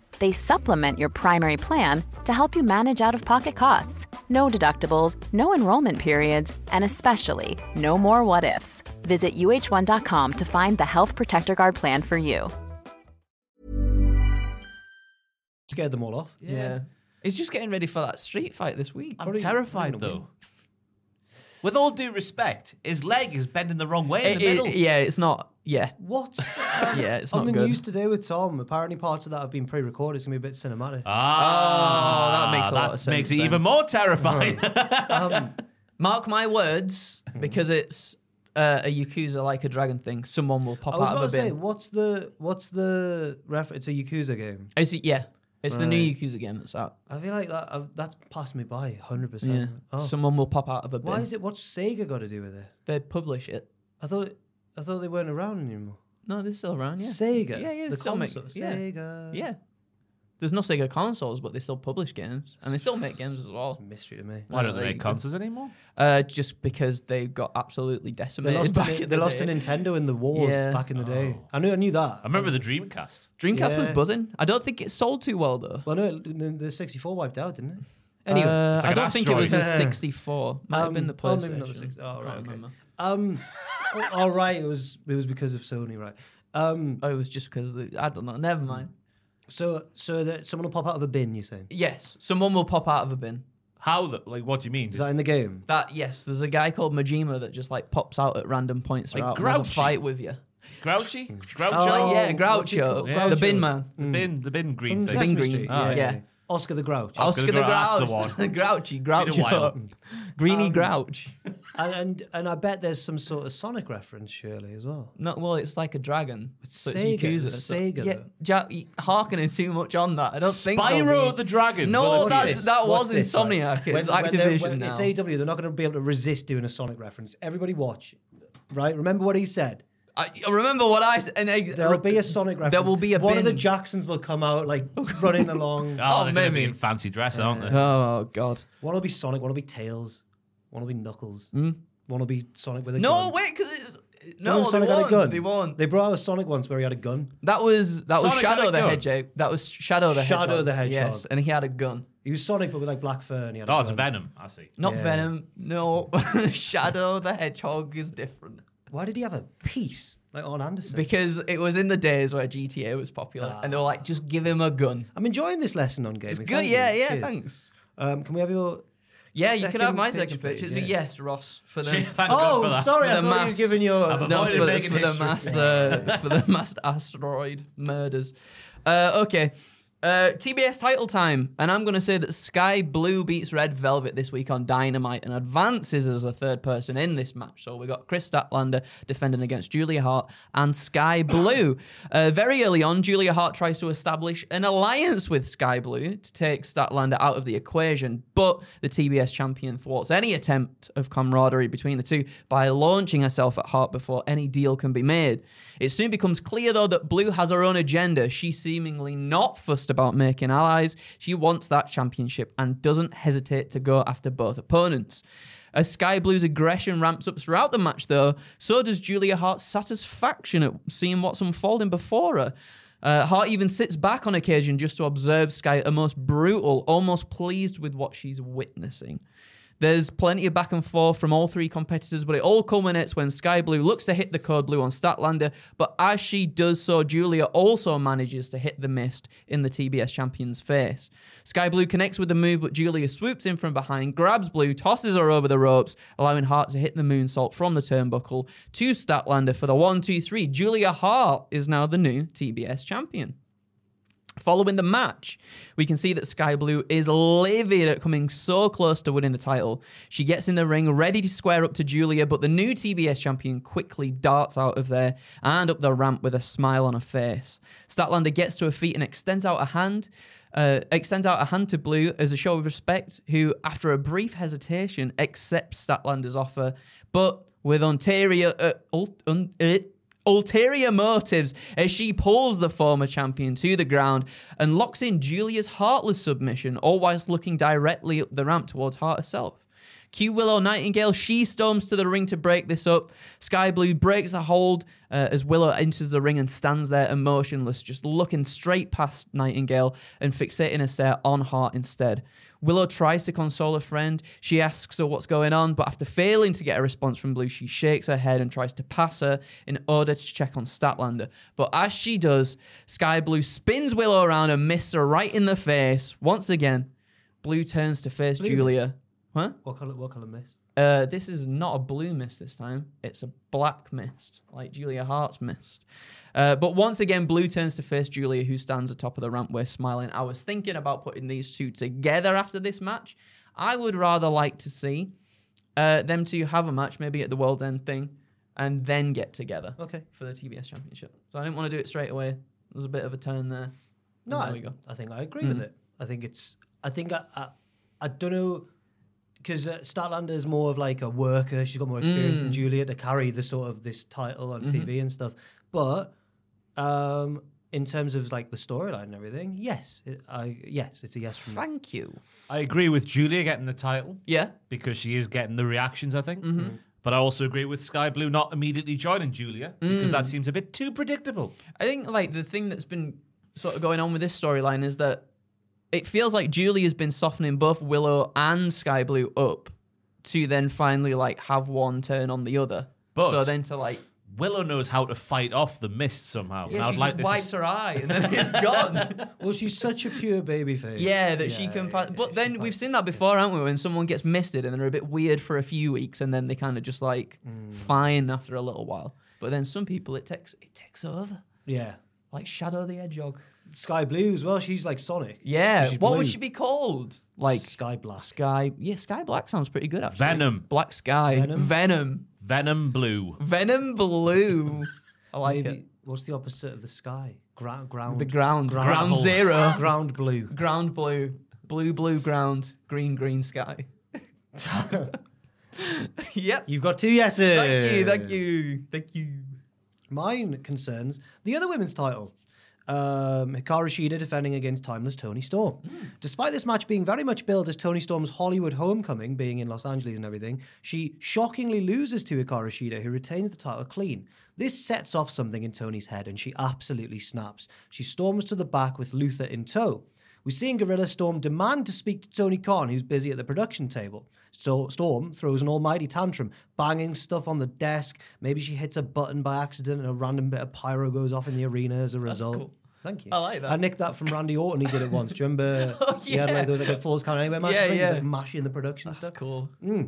F: They supplement your primary plan to help you manage out of pocket costs. No deductibles, no enrollment periods, and especially no more what ifs. Visit uh1.com to find the Health Protector Guard plan for you.
C: scared them all off.
E: yeah. He's just getting ready for that street fight this week.
D: I'm terrified though. With all due respect, his leg is bending the wrong way in
E: It-
D: the
E: it-
D: middle.
E: yeah, it's not. Yeah,
C: What?
E: yeah, it's
C: on
E: not
C: the
E: good.
C: news today with Tom, apparently parts of that have been pre-recorded. It's gonna be a bit
E: *laughs*
C: cinematic.
D: Ah,
E: Oh, that makes a lot of sense
D: Makes it
E: then.
D: even more terrifying. *laughs*
C: um,
E: Mark my *laughs* words, because it's uh, a Yakuza like a dragon thing. Someone will pop
C: I was
E: out
C: about to
E: of a bin.
C: say, what's the what's the ref? It's a Yakuza game.
E: Is it? Yeah, it's the new Yakuza game that's out.
C: I feel like that I've, that's passed me by hundred
E: Yeah,
C: percent. Oh.
E: someone will pop out of a bin.
C: Why is it? What's Sega got to do with it?
E: They publish it.
C: I thought I thought they weren't around anymore.
E: No, they're still around. Oh, Yeah,
C: Sega.
E: Yeah, yeah,
C: The
E: they still make-
C: console,
E: yeah.
C: Sega.
E: Yeah. There's no Sega consoles, but they still publish games, and they still make games as well. *laughs*
C: Mystery to me.
D: Why don't they
E: There you
D: make
E: go.
D: consoles anymore?
E: Uh, just because they got absolutely decimated.
C: They lost,
E: back
C: a,
E: in
C: they
E: the
C: lost
E: day.
C: a Nintendo in the wars
E: Yeah. Oh.
C: back in the day. I knew I knew that.
D: I remember the Dreamcast.
E: Dreamcast was
C: Yeah.
E: buzzing. I don't think it sold too well though.
C: Well, no, it- the, the 64 wiped out, didn't it? Anyway,
E: Uh,
D: It's like
E: I
D: an
E: don't think it was the
C: asteroid.
E: 64. Might have been the
C: oh,
E: PlayStation.
C: maybe not the 60. Oh, right,
E: Can't
C: okay.
E: remember.
C: um, oh, all right, it was it was because of Sony, right? Um,
E: Oh, it was just because the I don't know. Never mind.
C: so so that someone will pop out of a bin. You're saying
E: Yes, someone will pop out of a bin.
D: How? The, like, what do you mean?
C: is that in the game?
E: That yes, there's a guy called Majima that just like pops out at random points
D: Like
E: throughout and has a
D: Grouchy.
E: fight with you. *laughs*
D: Grouchy?
C: Oh,
D: Groucho?
E: Like, yeah, Mm.
C: what do you
E: Groucho,
C: call-
E: yeah. the
C: Groucho.
E: bin man.
D: The bin, the bin green
C: From
D: thing.
C: Sesame
E: Green.
C: Street,
E: Ah, yeah.
C: Oscar the Grouch.
E: Oscar,
D: the
E: the
D: Grouch,
E: Grouch,
D: that's the
E: the *laughs* Grouchy,
D: a while.
E: Groucho, *laughs* Greeny Grouch.
C: and, and and I bet there's some sort of Sonic reference surely as well.
E: No, well, it's like a dragon.
C: It's
E: so
C: Sega,
E: It's Yakuza,
C: it's
E: so-
C: Sega,
E: yeah,
C: though.
E: ja- y- harkening too much on that. I don't think they'll
D: Spyro
E: be-
D: the Dragon.
E: No,
D: Well,
E: Oh, that's-
D: it is.
E: that was
C: this, right?
E: Insomniac, it's
C: they're-
E: Activision
C: when It's
E: now.
C: AW. They're not going to be able to resist doing a Sonic reference. Everybody watch, right? Remember what he said.
E: I, I remember what I said. And I,
C: There'll be a Sonic reference.
E: There will be a
C: One of the
E: bin.
C: Jacksons will come out,
E: *laughs*
C: like, running along.
D: Oh,
E: Oh,
D: they're going to be
E: maybe.
D: in fancy dress, aren't they?
E: Oh God.
C: One will be Sonic, one will be Tails, one will be Knuckles, one will be Sonic with a
E: Hmm? No,
C: gun.
E: wait, because it's
C: Remember
E: no.
C: Sonic
E: they
C: had
E: won't.
C: a gun.
E: They won't.
C: They brought out a Sonic once where he had a gun.
E: That was that
D: Sonic
E: was
D: had
E: Shadow
D: a
E: the
D: gun.
E: Hedgehog. That was Shadow the
C: Shadow
E: Hedgehog.
C: the Hedgehog.
E: Yes, and he had a gun.
C: He was Sonic, but with like black fur and he had
D: Oh,
C: a
D: it's
C: gun.
D: Venom. I see.
E: Not
C: Yeah.
E: Venom. No, *laughs* Shadow the Hedgehog is different
C: Why did he have a piece like on Anderson?
E: because it was in the days where GTA was popular, and they were like, just give him a gun.
C: I'm enjoying this lesson on gaming.
E: It's good.
C: Thank you.
E: Yeah, yeah.
C: Cheers.
E: Thanks.
C: Um, can we have your?
E: Yeah, you can have my
C: pitch,
E: second pitch.
C: please?
E: It's a
C: Yeah.
E: yes, Ross, for the
C: *laughs*
D: Thank God for
C: Oh,
D: that.
C: sorry,
E: For
C: I
E: the
C: thought you were
E: mass.
C: giving your.
E: no,
D: avoided
E: for the,
D: making
E: for the
D: history.
E: mass *laughs* uh, for the mass asteroid murders. Uh, okay. Uh, TBS title time, and I'm going to say that Sky Blue beats Red Velvet this week on Dynamite and advances as a third person in this match. So we got Chris Statlander defending against Julia Hart and Sky Blue. uh, very early on, Julia Hart tries to establish an alliance with Sky Blue to take Statlander out of the equation, but the TBS champion thwarts any attempt of camaraderie between the two by launching herself at Hart before any deal can be made. It soon becomes clear, though, that Blue has her own agenda. She's seemingly not fussed about making allies. She wants that championship and doesn't hesitate to go after both opponents. As Sky Blue's aggression ramps up throughout the match, though, so does Julia Hart's satisfaction at seeing what's unfolding before her. Uh, Hart even sits back on occasion just to observe Sky, at her most brutal, almost pleased with what she's witnessing. There's plenty of back and forth from all three competitors, but it all culminates when Sky Blue looks to hit the code blue on Statlander. But as she does so, Julia also manages to hit the mist in the TBS champion's face. Sky Blue connects with the move, but Julia swoops in from behind, grabs Blue, tosses her over the ropes, allowing Hart to hit the moonsault from the turnbuckle to Statlander for the one, two, three. Julia Hart is now the new TBS champion. Following the match, we can see that Sky Blue is livid at coming so close to winning the title. She gets in the ring, ready to square up to Julia, but the new TBS champion quickly darts out of there and up the ramp with a smile on her face. Statlander gets to her feet and extends out a hand, uh, extends out a hand to Blue as a show of respect, who, after a brief hesitation, accepts Statlander's offer, but with ulterior, uh, ult- un- uh, ulterior motives as she pulls the former champion to the ground and locks in Julia's heartless submission, all whilst looking directly up the ramp towards Hart herself. Q Willow Nightingale, she storms to the ring to break this up. Sky Blue breaks the hold uh, as Willow enters the ring and stands there emotionless, just looking straight past Nightingale and fixating her stare on Hart instead. Willow tries to console her friend. She asks her what's going on, but after failing to get a response from Blue, she shakes her head and tries to pass her in order to check on Statlander. But as she does, Sky Blue spins Willow around and misses her right in the face. Once again, Blue turns to face
C: Blue
E: Julia. Huh?
C: What color? What color mist?
E: Uh, this is not a blue mist this time. It's a black mist, like Julia Hart's mist. Uh, but once again, Blue turns to face Julia, who stands atop of the rampway smiling. I was thinking about putting these two together after this match. I would rather like to see uh, them two have a match, maybe at the World End thing, and then get together
C: Okay.
E: for the TBS Championship. So I didn't want to do it straight away. There's a bit of a turn there.
C: No,
E: there
C: I,
E: we go. Mm.
C: I think I agree with it. I think it's. I think I. I, I don't know. Because uh, Statlander is more of like a worker. She's got more experience
E: Mm.
C: than Julia to carry the sort of this title
E: Mm-hmm.
C: on TV and stuff. But um, in terms of like the storyline and everything, yes, it, I yes, it's a yes from me.
E: Thank you.
D: I agree with Julia getting the title
E: Yeah.
D: because she is getting the reactions, I
E: Mm-hmm.
D: think. But I also agree with Sky Blue not immediately joining Julia because
E: Mm.
D: that seems a bit too predictable.
E: I think like the thing that's been sort of going on with this storyline is that it feels like Julie has been softening both Willow and Sky Blue up to then finally like have one turn on the other.
D: But-
E: so then to like
D: Willow knows how to fight off the mist somehow. and
E: yeah,
D: I'd
E: she
D: like
E: just
D: this
E: wipes
D: to-
E: her eye and then *laughs* it's gone.
C: Well, she's such a pure baby face.
E: yeah, that she can. pass. but then we've seen that before, haven't we? When someone gets misted and they're a bit weird for a few weeks and then they kind of just like fine after a little while. But then some people it takes it takes over,
C: Yeah.
E: like Shadow the Hedgehog.
C: Sky Blue as well. She's like Sonic.
E: Yeah,
C: She's
E: what
C: blue.
E: would she be called? Like
C: Sky Black.
E: Sky, yeah, Sky Black sounds pretty good actually.
D: Venom.
E: Black Sky,
C: Venom?
E: Venom, Venom,
D: Venom Blue.
E: Blue. I like
C: Maybe
E: it.
C: what's the opposite of the sky? Ground. Ground.
E: The ground, ground,
D: Gravel.
E: zero,
C: Ground blue.
E: ground blue, blue blue ground, green green sky. *laughs* yep.
C: You've got two yeses.
E: Thank you, thank you, thank you.
C: Mine concerns the other women's title. Um, Hikaru Shida defending against timeless Tony Storm. Despite this match being very much billed as Tony Storm's Hollywood homecoming, being in Los Angeles and everything, she shockingly loses to Hikaru Shida, who retains the title clean. This sets off something in Tony's head, and she absolutely snaps. She storms to the back with Luther in tow. We see in Gorilla Storm demand to speak to Tony Khan, who's busy at the production table. So Storm throws an almighty tantrum, banging stuff on the desk. Maybe she hits a button by accident and a random bit of pyro goes off in the arena as a result.
E: cool.
C: Thank you.
E: I like that. Oh,
C: I nicked that from Randy Orton. He did it once. Do you
E: *laughs*
C: remember? He had
E: yeah.
C: like, there was like a Falls Count Anywhere match.
E: Yeah,
C: I think, he was,
E: yeah.
C: like mashing the production
E: That's
C: stuff.
E: cool. I like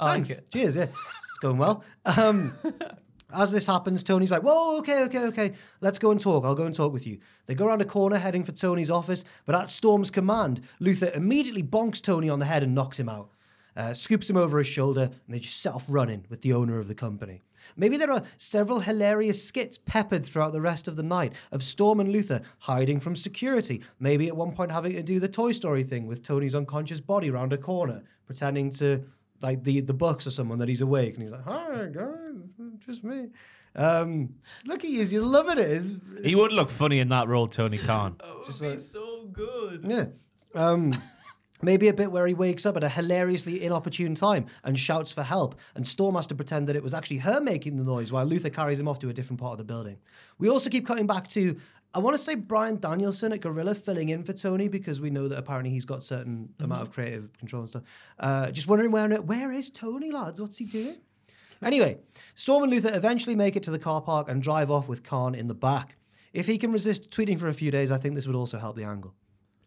C: Thanks.
E: it.
C: Cheers. Yeah, it's going well. Um,
E: *laughs*
C: as this happens, Tony's like, "Whoa, okay, okay, okay. Let's go and talk. I'll go and talk with you." They go around a corner, heading for Tony's office, but at Storm's command, Luther immediately bonks Tony on the head and knocks him out. Uh, scoops him over his shoulder, and they just set off running with the owner of the company. Maybe there are several hilarious skits peppered throughout the rest of the night of Storm and Luther hiding from security. Maybe at one point having to do the Toy Story thing with Tony's unconscious body round a corner, pretending to like the the Bucks or someone that he's awake and he's like, "Hi guys, it's just me." Um, look at you, you're loving it. It's,
D: He would look funny in that role, Tony
E: *laughs*
D: Khan.
E: That would be so good.
C: yeah. Um, maybe a bit where he wakes up at a hilariously inopportune time and shouts for help, and Storm has to pretend that it was actually her making the noise while Luther carries him off to a different part of the building. We also keep cutting back to. I want to say Brian Danielson at Gorilla filling in for Tony because we know that apparently he's got certain amount of creative control and stuff. Uh, just wondering where where is Tony, lads? What's he doing? Anyway, Storm and Luther eventually make it to the car park and drive off with Khan in the back. If he can resist tweeting for a few days, I think this would also help the angle.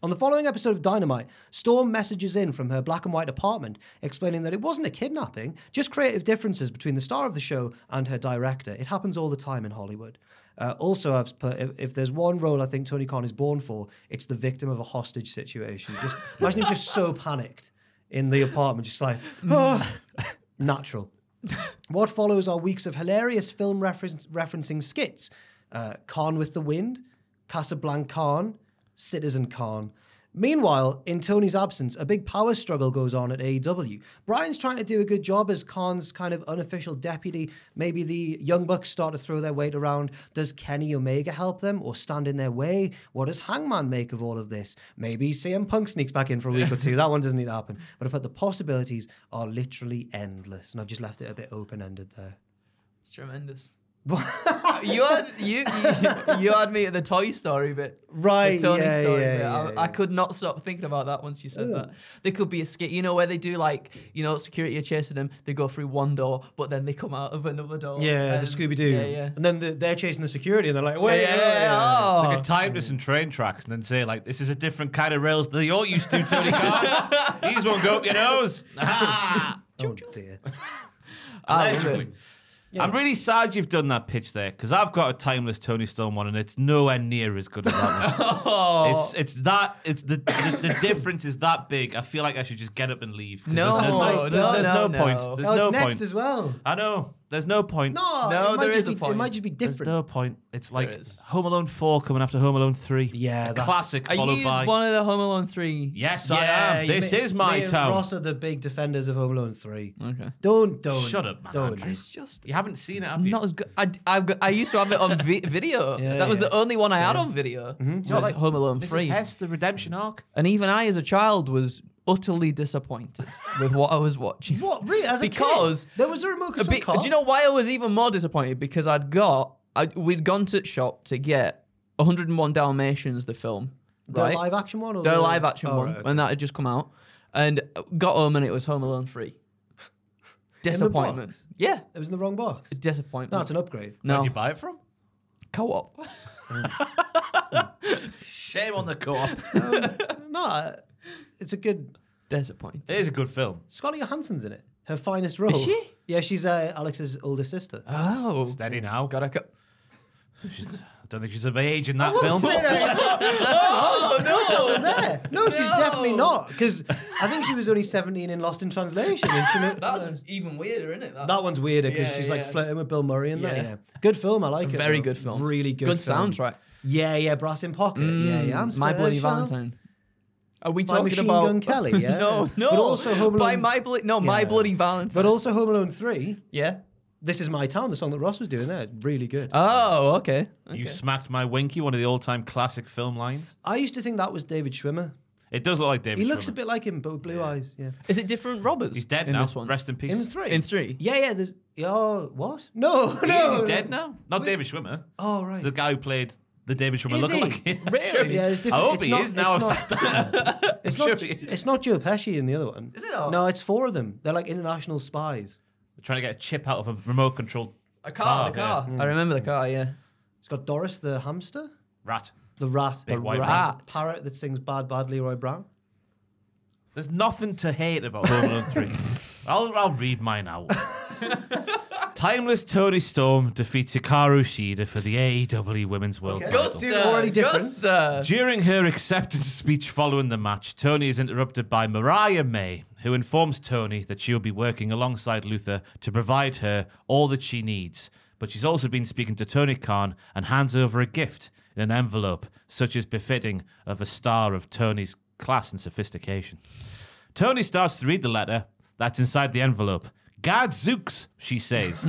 C: On the following episode of Dynamite, Storm messages in from her black and white apartment explaining that it wasn't a kidnapping, just creative differences between the star of the show and her director. It happens all the time in Hollywood. Uh, also, I've put if, if there's one role I think Tony Khan is born for, it's the victim of a hostage situation. Just imagine him just so panicked in the apartment, just like "Ah." *sighs* natural. What follows are weeks of hilarious film reference, referencing skits uh, Khan with the Wind, Casablancan, Citizen Khan. Meanwhile, in Tony's absence, a big power struggle goes on at AEW. Brian's trying to do a good job as Khan's kind of unofficial deputy. Maybe the Young Bucks start to throw their weight around. Does Kenny Omega help them or stand in their way? What does Hangman make of all of this? Maybe CM Punk sneaks back in for a week or
E: *laughs*
C: two. That one doesn't need to happen. But I put the possibilities are literally endless. And I've just left it a bit open ended there. *laughs*
E: It's tremendous. you had you, you you had me at the Toy Story bit,
C: Right,
E: The Tony
C: yeah,
E: Story
C: yeah,
E: bit. I,
C: yeah,
E: I
C: yeah.
E: could not stop thinking about that once you said that. There could be a skit, you know, where they do like you know security are chasing them. They go through one door, but then they come out of another door.
C: Um, Yeah,
E: and-
C: the Scooby Doo.
E: Yeah, yeah.
C: And then the, they're chasing the security and they're like,
E: Yeah,
C: wait,
E: yeah,
C: wait, wait, wait."
E: yeah.
D: Like a
E: Oh.
D: time to some train tracks and then say, like, this is a different kind of rails that you're used to, Tony *laughs* Khan. These won't go up your nose. *laughs* Ah,
C: Oh dear.
E: I love it.
D: allegedly. I'm really sad you've done that pitch there because I've got a timeless Tony Storm one and it's nowhere near as good as that *laughs* one. It's it's that it's the, the the difference is that big. I feel like I should just get up and leave. 'cause
E: No,
D: there's,
C: no,
D: there's, there's no,
E: no, no.
D: point.
E: Oh,
D: There's
C: oh,
D: no
C: it's
D: point.
C: next as well.
D: I know. There's no point.
C: No,
E: No,
C: it might
E: there
C: just
E: is a
C: be-
E: point.
C: It might just be
D: There's
C: different.
D: no point. It's like
E: is.
D: Home Alone 4 coming after Home Alone 3.
C: Yeah,
D: A
C: that's-
D: classic
E: Are
D: followed
E: you
D: by.
E: one of the Home Alone three?
D: Yes,
C: Yeah,
D: I am.
C: you
D: This
C: may-
D: is my
C: me and
D: town.
C: Ross are the big defenders of Home Alone Three.
E: Okay.
C: Don't, don't.
D: Shut up, man,
C: Don't.
D: Andrew.
E: It's just
D: You haven't seen it, have you?
E: not as good. I, I've got, I used to have it on vi- video.
C: Yeah,
E: that was
C: yeah.
E: the only one I had on video. So it's Home Alone
D: Mm-hmm. this
E: three.
D: is Hess, the redemption arc.
E: And even I, as a child, was utterly disappointed with what I was watching.
C: What? Really? As a kid?
E: Because-
C: there was a remote
E: A
C: control
E: bit-
C: car.
E: do you know why I was even more disappointed? Because I'd got, I, we'd gone to the shop to get 101 Dalmatians, the film,
C: the
E: right?
C: live action one? Or
E: the
C: the Oh,
E: live action
C: one.
E: one, and that had just come out. And got home, and it was Home
C: *laughs*
E: Alone 3. Disappointment.
C: box?
E: Yeah,
C: It was in the wrong box.
E: disappointment.
C: No, it's an upgrade.
D: Where'd
E: no.
D: you buy it from?
E: co op.
D: Shame on the *laughs* co-op.
E: *laughs*
C: no, uh, it's a good.
E: Disappointed.
C: *laughs*
D: it is a good film.
C: Scarlett Johansson's in it. Her finest role.
E: Is she?
C: Yeah, she's uh, Alex's older sister.
E: Oh.
D: Steady now.
E: Got a co-
D: I don't think she's of age in that film.
E: *laughs*
C: there. Oh, No, she's definitely not. Because I think she was only 17 and Lost in Translation. And
E: *laughs*
C: she knew-
E: even weirder, isn't it?
C: that one's weirder because
E: Uh, Yeah,
C: she's like
E: yeah.
C: flirting with Bill Murray and
E: Yeah.
C: that. Yeah, good film. I like it.
E: Very
C: though.
E: good film.
C: Really good.
E: Good
C: film.
E: soundtrack. Mm,
C: Yeah, yeah. Brass in pocket. yeah, yeah. I'm
E: My Bloody
C: special.
E: Valentine. Are we
C: By
E: talking
C: Machine
E: about
C: Gun Kelly.
E: *laughs*
C: Yeah.
E: no, no.
C: But also Home Alone.
E: By my blo- no, my
C: Yeah.
E: bloody Valentine.
C: but also Home Alone three.
E: yeah,
C: This is my town. The song that Ross was doing there, really good.
E: Oh, okay.
D: You smacked my winky, one of the all-time classic film lines.
C: I used to think that was David Schwimmer.
D: It does look like David.
C: He looks a
D: Schwimmer.
C: bit like him, but with blue eyes. Yeah.
E: Is it different Roberts?
D: He's dead
E: in
D: now.
E: This one? *laughs*
D: Rest in peace.
C: In three.
E: In three?
C: Yeah, yeah. There's. Oh, what? No, *laughs*
D: He-
C: no.
D: he's dead now. Not David Schwimmer.
C: Oh, right.
D: The guy who played the David Schwimmer
C: Is he?
D: lookalike. I'm
E: Really?
D: sure he-
C: Yeah, it's different.
D: I hope
C: It's
D: he
C: not-
D: is now.
C: it's
D: I've sat down.
C: It's not.
D: I'm sure he is.
C: It's not Joe Pesci in the other one. Is
E: it not?
C: No, it's four of them. They're like international spies.
D: *laughs* trying to get a chip out of a remote controlled
E: A car,
D: Oh,
E: the car.
C: Mm.
E: I remember the car, yeah.
C: It's got Doris the hamster,
D: rat.
C: the rat,
D: Big
C: the
D: white
E: rat. rat.
C: parrot that sings "Bad Bad Leroy Brown."
D: There's nothing to hate about Home Alone 3. I'll, I'll read mine out. Timeless Tony Storm defeats Hikaru Shida for the AEW Women's World
C: Okay.
D: Title.
C: Gus- Dude, already different.
E: Guster.
D: During her acceptance speech following the match, Tony is interrupted by Mariah May, who informs Tony that she'll be working alongside Luther to provide her all that she needs. But she's also been speaking to Tony Khan and hands over a gift in an envelope, such as befitting of a star of Tony's class and sophistication. Tony starts to read the letter that's inside the envelope. Gadzooks, she says.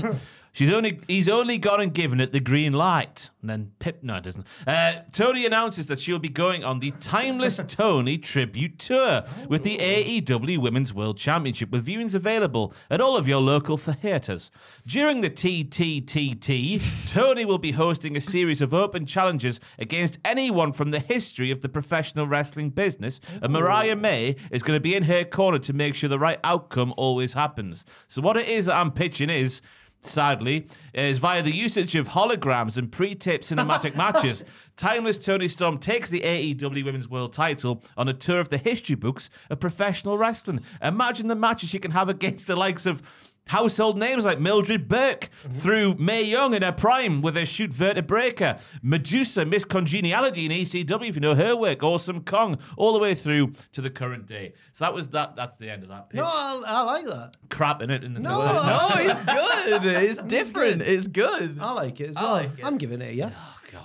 D: She's only he's only gone and given it the green light. And then Pip no it doesn't. Uh, Tony announces that she'll be going on the Timeless Tony tribute tour with the AEW Women's World Championship with viewings available at all of your local theatres. During the TTTT, Tony will be hosting a series of open challenges against anyone from the history of the professional wrestling business, and Mariah May is going to be in her corner to make sure the right outcome always happens. So, what it is that I'm pitching is. Sadly, is via the usage of holograms and pre taped cinematic matches. Timeless Tony Storm takes the AEW Women's World title on a tour of the history books of professional wrestling. Imagine the matches she can have against the likes of household names like Mildred Burke
C: Mm-hmm.
D: through Mae Young in her prime with her shoot vertebraker, Medusa, Miss Congeniality in ECW, if you know her work, Awesome Kong, all the way through to the current day. So that was that. That's the end of that. Pitch.
C: No, I, I like that.
D: crap in it. In the
C: No,
D: word.
C: I-
E: Oh, it's good.
C: *laughs*
E: It's different. It's good.
C: I like it as
E: I
C: well.
E: like it.
C: I'm giving it a yes.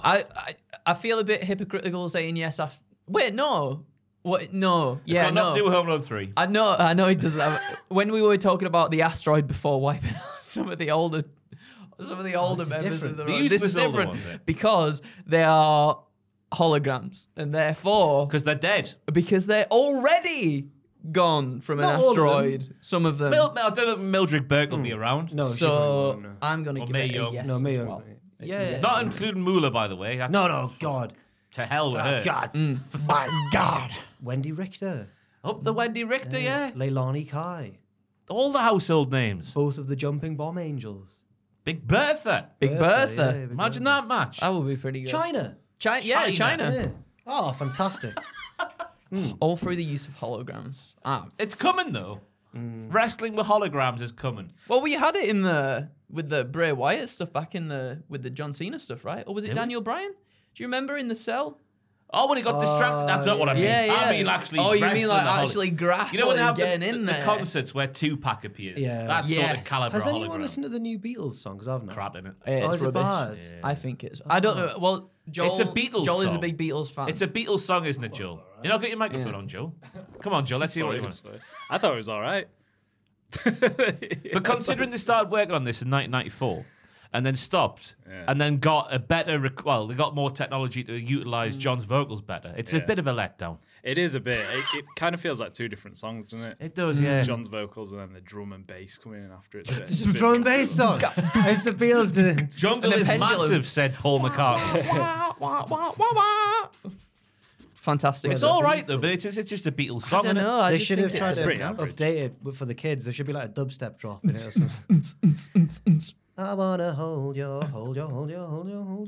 E: I, I I feel a bit hypocritical saying yes after. Wait, no. What? No.
D: It's
E: yeah,
D: got
E: no.
D: nothing to do with Home Alone 3.
E: I know, I know it doesn't have. when we were talking about the asteroid before wiping *laughs* out some of the older, some of the older
C: is
E: members
C: different.
E: of the
D: The
E: road, this is
D: useless older
E: different
D: ones,
C: eh?
D: yeah.
E: because they are holograms, and therefore
D: Because they're dead.
E: because they're already gone from
C: Not
E: an
C: all of them.
E: asteroid. Some of them.
D: Mil- I don't know if Mildred Burke will be around.
C: Hmm. No, she
E: so
C: probably won't,
E: I'm gonna
D: Or
E: give
D: Mae
E: it a
D: Young.
E: yes
C: no, no, me.
E: as
C: I'm-
E: well. It's a
C: yeah, yeah.
E: yes.
D: Not including Moolah, by the way. That's
C: No, no, God,
D: To hell with her.
C: God,
E: Mm. Hmm.
C: my God. Wendy Richter,
D: Up the Wendy Richter, yeah.
C: Leilani Kai,
D: All the household names.
C: both of the jumping bomb angels.
D: Big Bertha.
E: Big
C: yeah,
E: Bertha.
C: Big
D: Imagine that match.
E: That would be pretty good.
C: China.
E: Chi- yeah, China.
C: Yeah. Oh, fantastic.
E: All through the use of holograms. Ah,
D: It's coming, though.
E: Mm.
D: Wrestling with holograms is coming.
E: Well, we had it in the with the Bray Wyatt stuff back in the with the John Cena stuff, right? Or was it Daniel Bryan? Do you remember in the cell?
D: Oh, when he got distracted. That's not what I mean.
E: yeah, Uh, yeah.
D: I mean actually.
E: Oh, you mean
D: wrestling
E: like
D: the holo-
E: actually grappling,
D: You know when they have the-
E: getting in
D: the,
E: there?
D: concerts where Tupac appears.
C: Yeah.
D: That sort of
E: Yes.
D: caliber
C: Has
D: of
C: anyone
D: hologram.
C: listened to the new Beatles song? Because I've not.
D: crap in it?
E: Yeah,
C: Oh,
E: it's
C: is it
E: rubbish.
C: bad?
E: I think it's. I don't know. Well, Joel.
D: It's a Beatles
E: Joel is a
D: song.
E: big Beatles fan. *laughs*
D: It's a Beatles song, isn't it, Joel? You're not getting your microphone on, Joel. Come on, Joel. Let's hear what you want.
G: I thought it was all right. *laughs*
D: But considering they started working on this in 1994 and then stopped and then got a better, rec- well, they got more technology to utilize
C: Mm.
D: John's vocals better. It's a bit of a letdown.
G: It is a bit. It, it kind of feels like two different songs, doesn't it?
D: It
E: Mm.
D: does, yeah.
G: John's vocals and then the drum and bass coming in after it.
C: It's a drum and bass
E: *laughs*
C: song. it's the Beatles. did it.
D: Jungle
E: And the
D: is
E: pendulum.
D: massive, said Paul McCartney.
E: fantastic.
D: it's all right, though, but it's, it's just a Beatles song.
E: I don't
D: innit?
E: know. I
C: They
E: just
C: should
E: think
C: have
E: it's
C: tried to
G: pretty average.
C: update it with- for the kids. There should be like a dubstep drop in it
E: *laughs*
C: or something. I wanna hold your, hold your, hold your, hold your, hold
E: *laughs*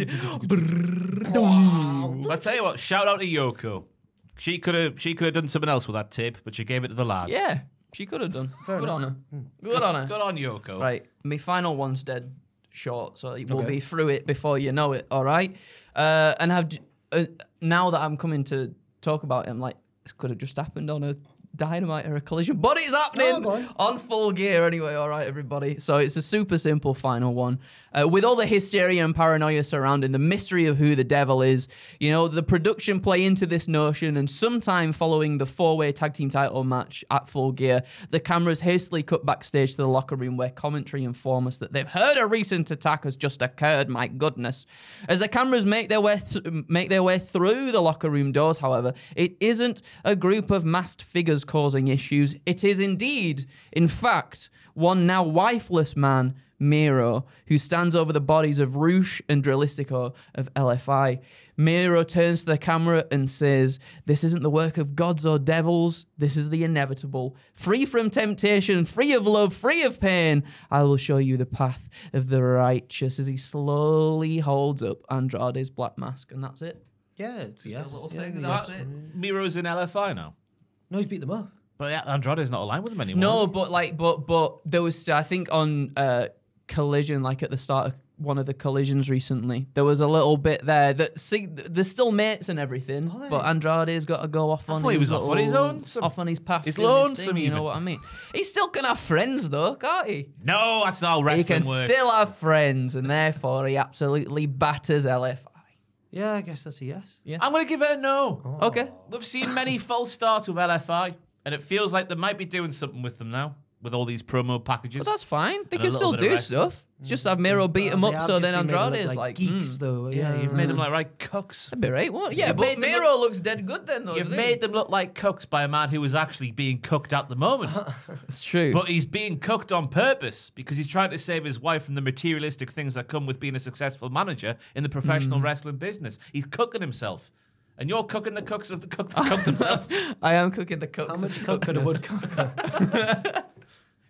C: your.
D: But I tell you what, shout out to Yoko. She could have she could have done something else with that tip, but she gave it to the lads.
E: Yeah, she could have done. Good on her.
C: Hmm.
E: Good on her.
D: Good on Yoko.
E: Right, my final one's dead short, so it will
C: Okay.
E: be through it before you know it. All right, uh, and I've j- uh, now that I'm coming to talk about him, like this could have just happened on a dynamite or a collision, but it's happening
C: go on.
E: on full gear anyway. All right, everybody. So it's a super simple final one. Uh, with all the hysteria and paranoia surrounding the mystery of who the devil is, you know, the production play into this notion, and sometime following the four way tag team title match at full gear, the cameras hastily cut backstage to the locker room where commentary inform us that they've heard a recent attack has just occurred. My goodness. As the cameras make their way, th- make their way through the locker room doors, however, it isn't a group of masked figures causing issues. It is indeed, in fact, one now wifeless man, Miro, who stands over the bodies of Roosh and Drilistico of LFI. Miro turns to the camera and says, This isn't the work of gods or devils. This is the inevitable. Free from temptation, free of love, free of pain. I will show you the path of the righteous as he slowly holds up Andrade's black mask. And that's it.
C: Yeah, it's, yes. Yeah,
E: thing,
C: yes.
E: that's it.
D: Miro's in LFI now.
C: No, he's beat them up.
D: But yeah, Andrade's not aligned with him anymore.
E: No,
D: is he?
E: but like, but but there was I think on uh, collision, like at the start of one of the collisions recently, there was a little bit there that see th- they're still mates and everything, but Andrade's got to go off on.
D: thought
E: his
D: he was off on his
E: little-
D: lonesome.
E: off on his path.
D: He's
E: doing his
D: lonesome
E: thing, You know
D: even.
E: what I mean? He still can have friends though, can't he?
D: no, that's not how wrestling
E: he can
D: works.
E: still have friends, and therefore he absolutely batters LFI.
C: Yeah, I guess that's a yes.
D: I'm gonna give it a no.
E: Okay.
D: We've seen many false starts with LFI, and it feels like they might be doing something with them now with all these promo packages.
E: But that's fine. They
D: And a
E: can
D: little
E: still
D: bit of Mm.
E: do
D: wrestling.
E: stuff. Just have Miro beat him
C: They
E: up,
C: have
E: so
C: just
E: then
C: been made to look
E: Andrade's
C: like
E: like,
C: geeks,
E: "Hmm."
C: though.
D: yeah,
C: Yeah,
D: you've made them like right cooks.
E: That'd be right. What? Yeah,
D: You've
E: but
D: made them
E: Miro looks dead good then, though.
D: You've
E: doesn't he?
D: made them look like cooks by a man who is actually being cooked at the moment.
E: Uh-huh. It's true.
D: But he's being cooked on purpose because he's trying to save his wife from the materialistic things that come with being a successful manager in the professional
E: Hmm.
D: wrestling business. He's cooking himself. And you're cooking the cooks of the cook
E: *laughs*
D: that cooked himself.
E: *laughs* I am cooking the cooks.
C: How
E: of *laughs*
C: much coke could a
E: cookness.
C: woodcock
E: *laughs*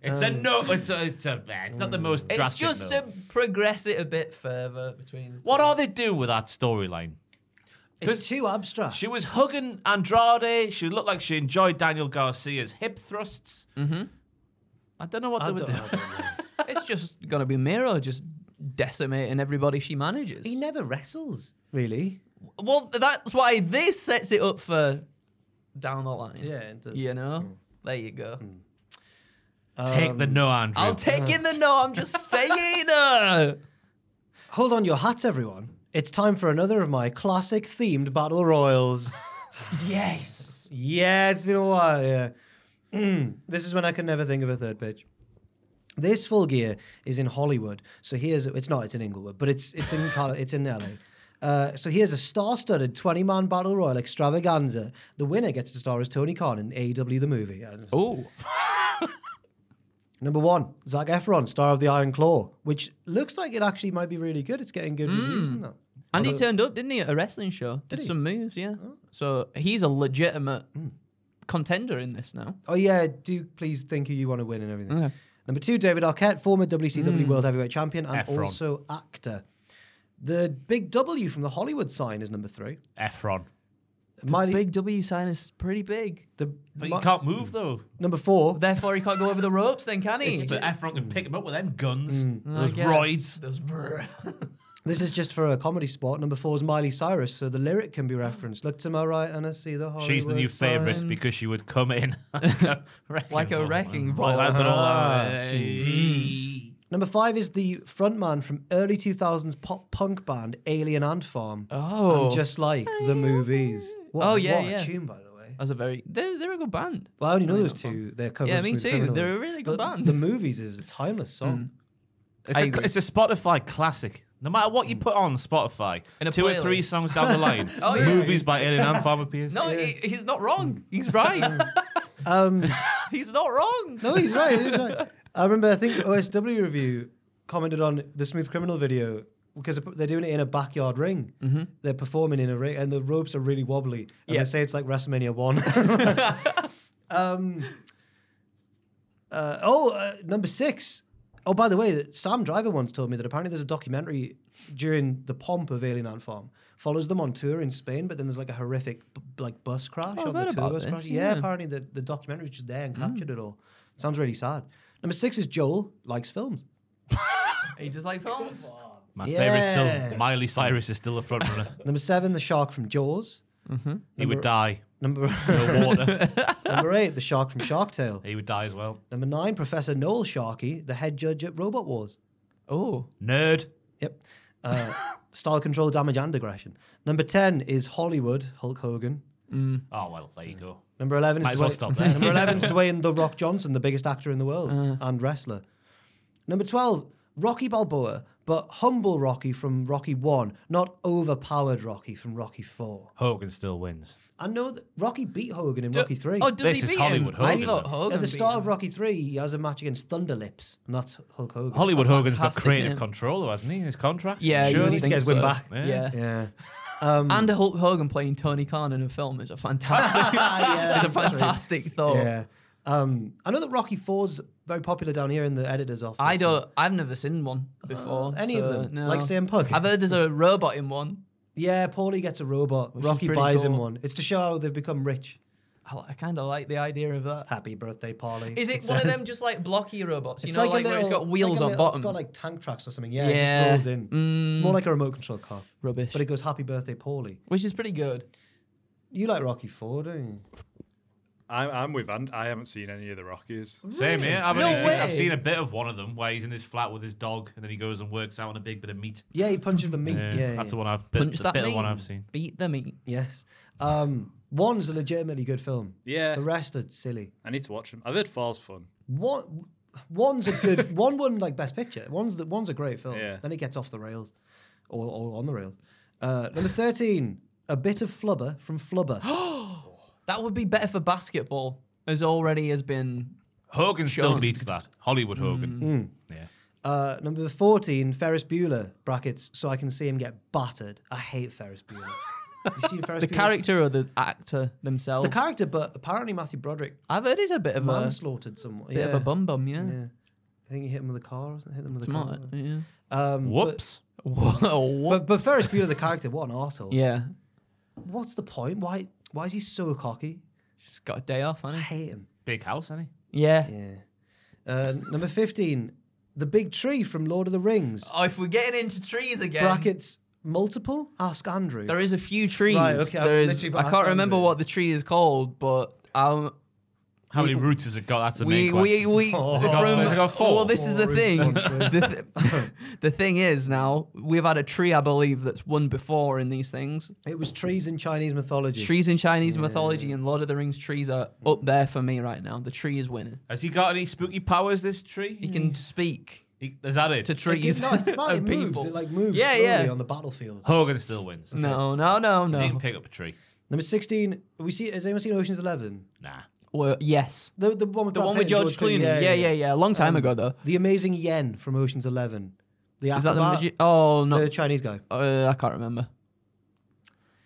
D: It's a no. It's a, it's a. eh, It's not the most
E: Uh, hmm. It's
D: drastic.
E: just
D: no.
E: to progress it a bit further between. The
D: What
E: two.
D: are they doing with that storyline?
C: *laughs* It's too abstract.
D: She was hugging Andrade. She looked like she enjoyed Daniel Garcia's hip thrusts.
E: Um,
D: Mm-hmm. I don't know what
C: I
D: they were
C: don't,
D: doing.
C: I don't know.
E: *laughs* It's just gonna be Miro just decimating everybody she manages.
C: He never wrestles, really.
E: Well, that's why this sets it up for down the line.
C: Yeah, it does.
E: You know.
D: Hmm.
E: There you go.
D: Take the no, Andrew.
E: I'll take in the no. I'm just saying. uh,
C: Hold on your hats, everyone. It's time for another of my classic themed battle
E: *laughs*
C: royals.
E: yes.
C: Yeah, it's been a while. Yeah. Mm, This is when I can never think of a third pitch. This full gear is in Hollywood, so here's it's not it's in Inglewood, but it's it's in Col- *laughs* it's in LA. Uh, so here's a star-studded 20-man battle royal extravaganza. The winner gets to star as Tony Khan in AEW the movie. And-
E: Oh.
C: Number one, Zach Efron, star of the Iron Claw, which looks like it actually might be really good. It's getting good reviews, isn't it?
E: And he turned up, didn't he, at a wrestling show? Did, some moves, yeah. So he's a legitimate contender in this now.
C: Oh yeah, do please think who you want to win and everything. Number two, David Arquette, former WCW
E: Hmm.
C: World Heavyweight Champion and
D: Efron.
C: also actor. The big W from the Hollywood sign is number three.
D: Efron.
C: Miley-
E: Big W sign is pretty big.
C: the-
D: But
C: Mi-
D: you can't move though.
C: number four.
E: Therefore, he can't go over the ropes, then can he?
D: It's, but Efron can pick him up with them guns,
E: I
D: those
E: guess.
D: roids.
E: Those br-
C: This is just for a comedy spot. Number four is Miley Cyrus, so the lyric can be referenced. Look to my right and I see the Hollywood.
D: She's the new
C: sign.
D: favourite because she would come *laughs* in like a wrecking
E: Like a
D: ball. Ah. Mm.
E: wrecking
D: Oh, Like that, but all over. Hey.
C: Number five is the frontman from early 2000s pop punk band Alien Ant Farm.
E: Oh.
C: And just like the movies. What,
E: Oh, yeah,
C: What a
E: yeah.
C: tune, by the way.
E: That's a very. They're, they're a good band.
C: Well, I only know those two. They're covers.
E: Yeah,
C: of
E: me
C: Smooth
E: too.
C: Criminal.
E: They're a really good
C: But
E: band. Hmm.
C: The movies is a timeless song.
D: It's,
E: I
D: a,
E: agree.
D: it's a Spotify classic. No matter what you put on Spotify,
E: In a
D: two or three
E: playlist.
D: songs down the *laughs* line,
E: Oh, yeah.
D: movies by Alien and Farm appears.
E: No, he, he's not wrong. He's right. *laughs* he's not wrong.
C: No, he's right. He's
E: *laughs*
C: right. I remember. I think OSW review commented on the Smooth Criminal video because they're doing it in a backyard ring. They're performing in a ring, and the ropes are really wobbly. And
E: Mm-hmm. Yeah.
C: they say it's like WrestleMania One. *laughs* um, uh, oh, uh, number six. Oh, by the way, that Sam Driver once told me that apparently there's a documentary during the pomp of Alien Ant Farm. Follows them on tour in Spain, but then there's like a horrific b- like bus crash
E: Oh, I've
C: on the
E: heard
C: tour
E: about
C: bus
E: this,
C: crash. Yeah,
E: yeah. Mm.
C: apparently the, the documentary was just there and captured it all. Sounds really sad. Number six is Joel likes films.
E: He just like films.
D: My favourite
C: Yeah.
D: still Miley Cyrus is still the front runner.
C: Number seven, the shark from Jaws.
D: *laughs* he would die.
C: Number *laughs*
D: No water. *laughs*
C: number eight, the shark from Shark Tale.
D: he would die as well.
C: Number nine, Professor Noel Sharkey, the head judge at Robot Wars.
E: Oh,
D: Nerd.
C: Yep.
D: *laughs*
C: Uh, style control, damage, and aggression. Number ten is Hollywood Hulk Hogan.
D: Oh well, there you go.
C: Number eleven is
D: Might as well
C: Dwayne-
D: stop *laughs* there.
C: Number eleven is Dwayne the Rock Johnson, the biggest actor in the world
D: Uh.
C: and wrestler. Number twelve, Rocky Balboa, but humble Rocky from Rocky One, not overpowered Rocky from Rocky Four.
D: Hogan still wins.
C: I know that Rocky beat Hogan in Rocky Three.
E: Oh, does
D: This
E: he
D: is
E: beat
D: Hollywood
E: him? I
D: Hogan,
E: thought
D: though.
E: Hogan.
C: At the
E: beat
C: start
E: him.
C: of Rocky Three, he has a match against Thunderlips, and that's Hulk Hogan.
D: Hollywood
E: a
D: Hogan's got
E: fantastic
D: creative
E: name.
D: control, though, hasn't he? in His contract.
E: yeah, you
C: Sure,
E: would
C: he needs to
E: think
C: get his win
E: so.
C: back. Um,
E: Yeah.
C: Yeah.
E: and Hulk Hogan playing Tony Khan in a film is a *laughs* fantastic.
C: yeah
E: is a
C: that's right.
E: fantastic thought.
C: Yeah. Um, I know that Rocky Four's very popular down here in the editor's office.
E: I don't. I've never seen one before.
C: Uh, any of
E: so
C: them?
E: No.
C: Like CM Punk?
E: I've heard there's a robot in one.
C: Yeah, Paulie gets a robot.
E: Which is
C: Rocky
E: pretty
C: buys him
E: cool.
C: one. It's to show how they've become rich.
E: I, li- I kind of like the idea of that.
C: Happy birthday, Paulie.
E: Is it one of them just like blocky robots? You
C: It's
E: know,
C: like,
E: like,
C: a
E: where
C: little,
E: it's got wheels
C: it's like a
E: on
C: little-
E: bottom.
C: It's got like tank tracks or something. Yeah, yeah. it
E: Yeah. Mm.
C: just rolls in. It's more like a remote control car.
E: Rubbish.
C: But it goes, Happy birthday, Paulie.
E: which is pretty good.
C: You like Rocky Four, don't you?
G: I'm, I'm with and I haven't seen any of the Rockies.
D: Same here. I've, only
E: No
D: seen, I've
E: way.
D: seen a bit of one of them where he's in his flat with his dog, and then he goes and works out on a big bit of meat.
C: Yeah, he punches the meat. Yeah,
D: Yeah,
C: yeah,
D: that's
C: yeah.
D: the one I've bit,
E: Punch
D: the
E: that
D: bit of
E: meat.
D: one I've seen.
E: Beat the meat.
C: Yes. Um, one's a legitimately good film.
G: Yeah.
C: The rest are silly.
G: I need to watch them. I've heard Four's fun.
C: One, one's a good *laughs* one. Won like best picture. One's the, one's a great film.
G: Yeah.
C: Then it gets off the rails, or, or on the rails. Uh, number thirteen, a bit of flubber from Flubber.
G: *gasps*
E: That would be better for basketball, as already has been.
D: Hogan still
E: Sean.
D: beats that. Hollywood
E: Mm,
D: Hogan.
E: um,
C: Uh, number 14, Ferris Bueller, brackets, so I can see him get battered. I hate Ferris Bueller.
G: *laughs*
C: you seen Ferris
E: The
C: Bueller?
E: character or the actor themselves.
C: The character, but apparently Matthew Broderick
E: I've heard he's a bit of a
C: manslaughtered someone.
E: bit of
C: Yeah.
E: a bum bum. Yeah.
C: Yeah. I think he hit him with a car. or something, Hit them with
E: Smart.
C: a
E: Yeah.
C: car. Um,
D: Whoops.
E: Whoa.
C: But, but Ferris Bueller, the character, what an arsehole.
E: yeah.
C: What's the point? Why Why is he so cocky?
E: He's got a day off,
C: I
E: hasn't
C: hate
E: *sighs*
C: him.
D: Big house, hasn't he?
E: he? Yeah.
C: Yeah. Uh, number 15, the big tree from Lord of the Rings.
E: Oh, if we're getting into trees again.
C: Brackets, multiple? Ask Andrew.
E: There is a few trees.
C: Right, okay, I've
E: There is,
C: literally got
E: I can't
C: asked
E: remember
C: Andrew.
E: what the tree is called, but um,
D: How many roots has it got? That's the
E: we,
D: main question.
C: *laughs*
E: we we
C: Has
D: it got-
E: from-
D: has it got four?
E: Well, this is the
C: Oh. Four
E: thing.
C: roots on
E: *laughs* the, th- the thing is now we've had a tree, I believe, that's won before in these things.
C: It was trees in Chinese mythology.
E: Trees in Chinese mythology and Lord of the Rings trees are up there for me right now. The tree is winning.
D: Has he got any spooky powers? This tree?
E: He can speak
D: He- is that it?
E: to
C: It
E: trees
C: gives- no, it's fine. It
E: *laughs* and
C: moves.
E: people.
C: It like moves
E: Yeah,
C: slowly
E: yeah.
C: on the battlefield.
D: Hogan still wins.
E: no, no, no,
D: He can
E: no.
D: pick up a tree.
C: Number sixteen. We see. Has anyone seen Ocean's Eleven?
D: Nah.
E: Well, yes,
C: The the one with
E: the
C: Brad
E: one
C: Pitt
E: with
C: and
E: George Clooney. Yeah, Um, yeah, yeah. A long time ago though.
C: The amazing Yen from Ocean's Eleven. The
E: Is that the?
C: acrobat,
E: magi- oh
C: the
E: no,
C: Chinese guy?
E: uh, I can't *laughs* remember.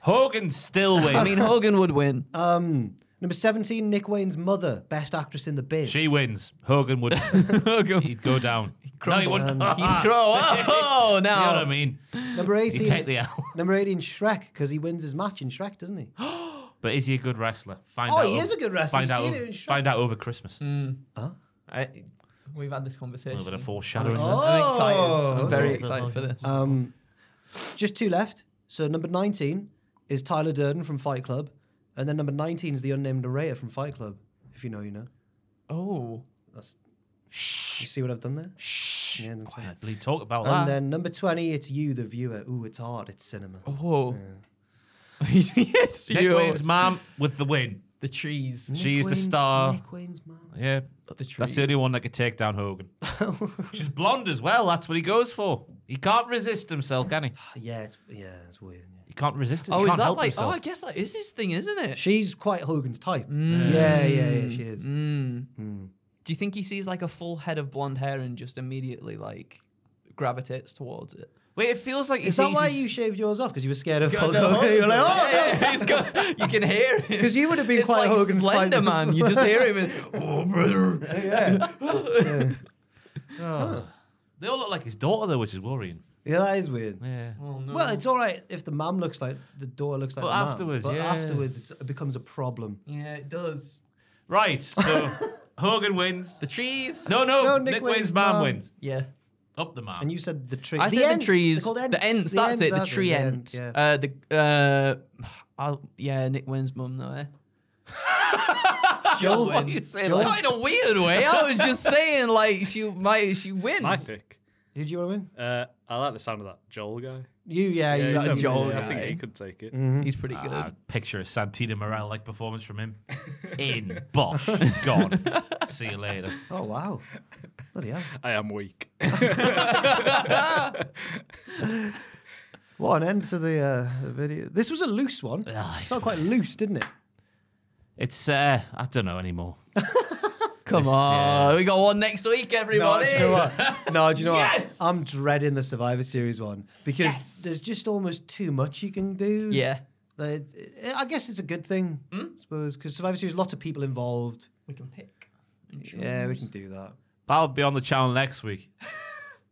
D: Hogan still wins.
E: *laughs* I mean, Hogan would win.
C: Um, number seventeen. Nick Wayne's mother, best actress in the biz.
D: she wins.
C: *laughs*
D: Hogan would.
E: Hogan.
D: he'd go down. no, he wouldn't.
C: um,
D: *laughs*
E: He'd grow up. Oh,
D: You know what I
E: now.
D: mean?
C: number
D: He'd
C: eighteen.
D: take the L. *laughs*
C: number eighteen. Shrek, because he wins his match in Shrek, doesn't
D: *gasps*
C: he?
D: But is he a good wrestler? Find
C: Oh,
D: out.
C: he
D: over-
C: is a good wrestler.
D: Find
C: I've
D: out.
C: seen
D: over-
C: it in Mm. Shrek.
D: find out over Christmas.
E: I- we've had this
D: A
E: conversation.
D: little bit of
C: Oh.
D: foreshadowing.
E: I'm
D: there.
E: excited. I'm very
C: okay.
E: excited for this.
C: Um, just two left. So number nineteen is Tyler Durden from Fight Club, and then number nineteen is the unnamed narrator from Fight Club. If you know, you know.
D: Uh,
E: oh,
C: That's. You see what I've done there? Shh. Yeah, that's right.
D: Quiet, Ah. bleed. Talk about that.
C: And then number 20, it's you, the viewer. Ooh, it's art, it's cinema.
D: Oh,
E: whoa. Oh. *laughs* yes,
D: Nick
E: you.
D: Wayne's mom with the win.
E: the trees.
D: she is the star.
C: Nick Wayne's mom.
D: Yeah, that's
E: trees.
D: the only one that could take
C: *laughs*
D: down Hogan. She's blonde as well. That's what he goes for. He can't resist himself, can he?
C: Ah, Yeah, it's, yeah, it's weird. yeah.
D: He can't resist it. He
E: Oh, is
D: can't
E: that
D: help
E: like? Oh,
D: himself.
E: I guess that is his thing, isn't it?
C: She's quite Hogan's type.
D: Mm.
C: Yeah, yeah, yeah, she is. Hmm.
E: Mm. Do you think he sees like a full head of blonde hair and just immediately like gravitates towards it?
D: Wait, it feels like he
C: Is that
D: sees
C: why
D: his-
C: you shaved yours off? Because you were scared of Hulk Hogan? *laughs* You were like, oh,
E: Yeah, yeah, he's got- you can hear it.
C: 'Cause you would have been
E: It's
C: quite
E: like
C: Hogan's type.
E: Slender Man. You just hear him.
C: *laughs*
E: and- oh, brother.
C: yeah.
D: They all look like his daughter though, which is worrying.
C: *laughs* Yeah, that is weird.
D: Yeah.
C: Well, it's all right if the mum looks like the daughter looks like
D: But
C: the mum,
D: afterwards,
C: but
D: yeah.
C: afterwards it's, it becomes a problem.
E: Yeah, it does.
D: Right.
C: *laughs*
D: So Hogan wins.
E: The trees.
D: No, no.
C: No, Nick
D: Nick, Wayne's
C: Wayne's
D: mom
C: mom.
D: wins.
E: Yeah.
D: Up the mom.
C: And you said the tree.
E: I said
C: Ents,
E: the trees,
C: they're called
E: the ents. That's
C: Ents,
E: it. The Uh, *laughs*
C: aren't they?
E: tree ent.
C: Yeah.
E: Uh, the uh, I'll, yeah, Nick Wynn's mum though. Eh?
C: Oh,
E: Joe,
D: What are you saying?
C: Joe-
E: not in a weird way. I was just saying, like she might, she wins.
G: My pick.
C: Did you want to win?
G: Uh, I like the sound of that Joel guy.
C: You, yeah, you
G: he's
C: got
G: up there.
E: Joel
G: I think
E: guy.
G: he could take it.
E: He's pretty good.
D: Ah, picture a Santino Morel like performance from
E: *laughs*
D: him. In Bosch. Gone. See you later.
C: Oh wow, bloody hell!
G: I am weak. *laughs*
C: What an end to the, uh, the video. This was a loose one.
D: Ah,
C: It's not quite loose, didn't it?
D: It's uh I don't know anymore.
E: Come
D: This,
E: on,
D: yeah.
E: we got one next week, everybody.
C: do you know what? No, do you know
E: Yes!
C: what? I'm dreading the Survivor Series one because there's just almost too much you can do.
E: Yeah,
C: Like, it- it- I guess it's a good thing, I suppose, because Survivor Series, lots of people involved.
E: we can pick.
C: Yeah, we can do that.
D: That'll be on the channel next week.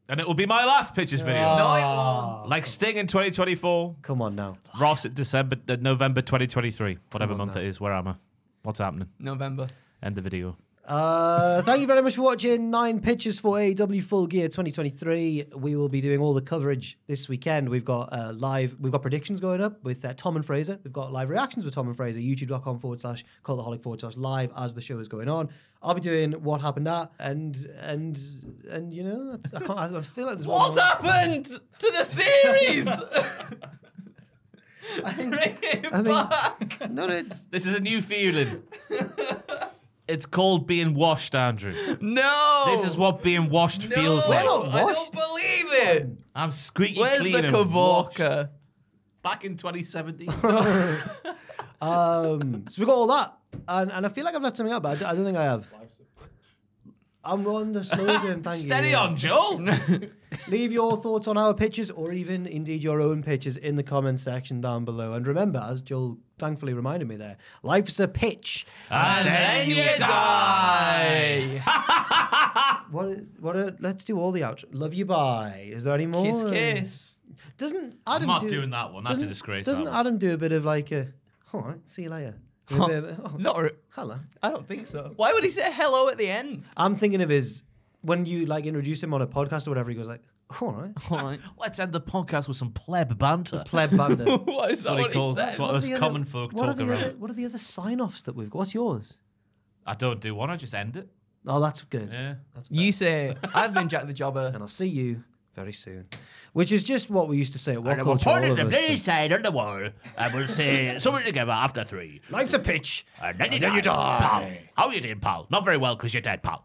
D: and it will be my last pitches video.
E: No, it won't.
C: Oh.
D: Like Sting in 2024,
C: Come on now.
D: Ross in December, uh, November 2023, whatever month it is. Where am I? What's happening?
E: November.
D: End the video.
C: Uh, thank you very much for watching Nine Pitches for AEW Full Gear 2023. We will be doing all the coverage this weekend. We've got uh, live, we've got predictions going up with uh, Tom and Fraser. We've got live reactions with Tom and Fraser, youtube.com forward slash cultaholic forward slash live as the show is going on. I'll be doing what happened at and and and you know I can't I feel like there's one
E: What
C: more.
E: happened to the series?
C: *laughs* I think,
E: Bring it
C: I
D: *laughs*
E: back.
C: think no no
D: This is a new *laughs* feeling. it's called being washed, Andrew.
E: No.
D: This is what being washed
E: no,
D: feels
E: I
D: like.
E: don't, I
C: Washed?
E: don't believe it.
D: I'm squeaky
E: Where's
D: clean.
E: the
D: and washed. Oh,
E: Kavorka?
D: Back in *laughs* 2017.
C: Um, so we got all that, and, and I feel like I've left something out, but I d- I don't think I have. I'm on the slogan. Thank you.
D: Steady
E: *laughs*
D: on, *laughs* Joel.
C: Leave your thoughts on our pitches, or even indeed your own pitches, in the comments section down below. And remember, as Joel thankfully reminded me there, life's a pitch.
D: and then you die.
C: What? a- What? A, let's do all the out. Love you. Bye. Is there any more?
E: Kiss, kiss.
C: Doesn't Adam?
D: not
C: do,
D: doing that one. That's a
C: doesn't-
D: disgrace,
C: Doesn't
D: that one.
C: Adam do a bit of like a? All right. See you later. A bit of a- oh,
E: Not. re-
C: hello.
E: I don't think so. Why would he say hello at the end?
C: I'm thinking of his when you like introduce him on a podcast or whatever. He goes like, "All right,
E: All *laughs* right.
D: Let's end the podcast with some pleb banter.
C: pleb banda." What
E: what is
D: *laughs*
E: that?
D: what he
E: What he
D: calls-
E: says?
D: what
C: are
D: us
C: the other-
D: common folk
C: what are
D: talk
C: the
D: around.
C: other- What are the other sign-offs that we've got? What's yours?
D: I don't do one. I just end it.
C: Oh, that's good.
D: Yeah.
C: That's fair.
E: You say I've been Jack
D: *laughs*
E: the Jobber.
C: and I'll see you very soon, which is just what we used to say at what
D: And I will
C: culture.
D: point
C: All
D: at
C: of
D: the
C: us
D: bloody
C: did.
D: side on the wall and we'll
C: *laughs*
D: say something together after three.
C: Life's a pitch.
D: And then, you, die. Pal. How you doing, pal? Not very well because you're dead, pal.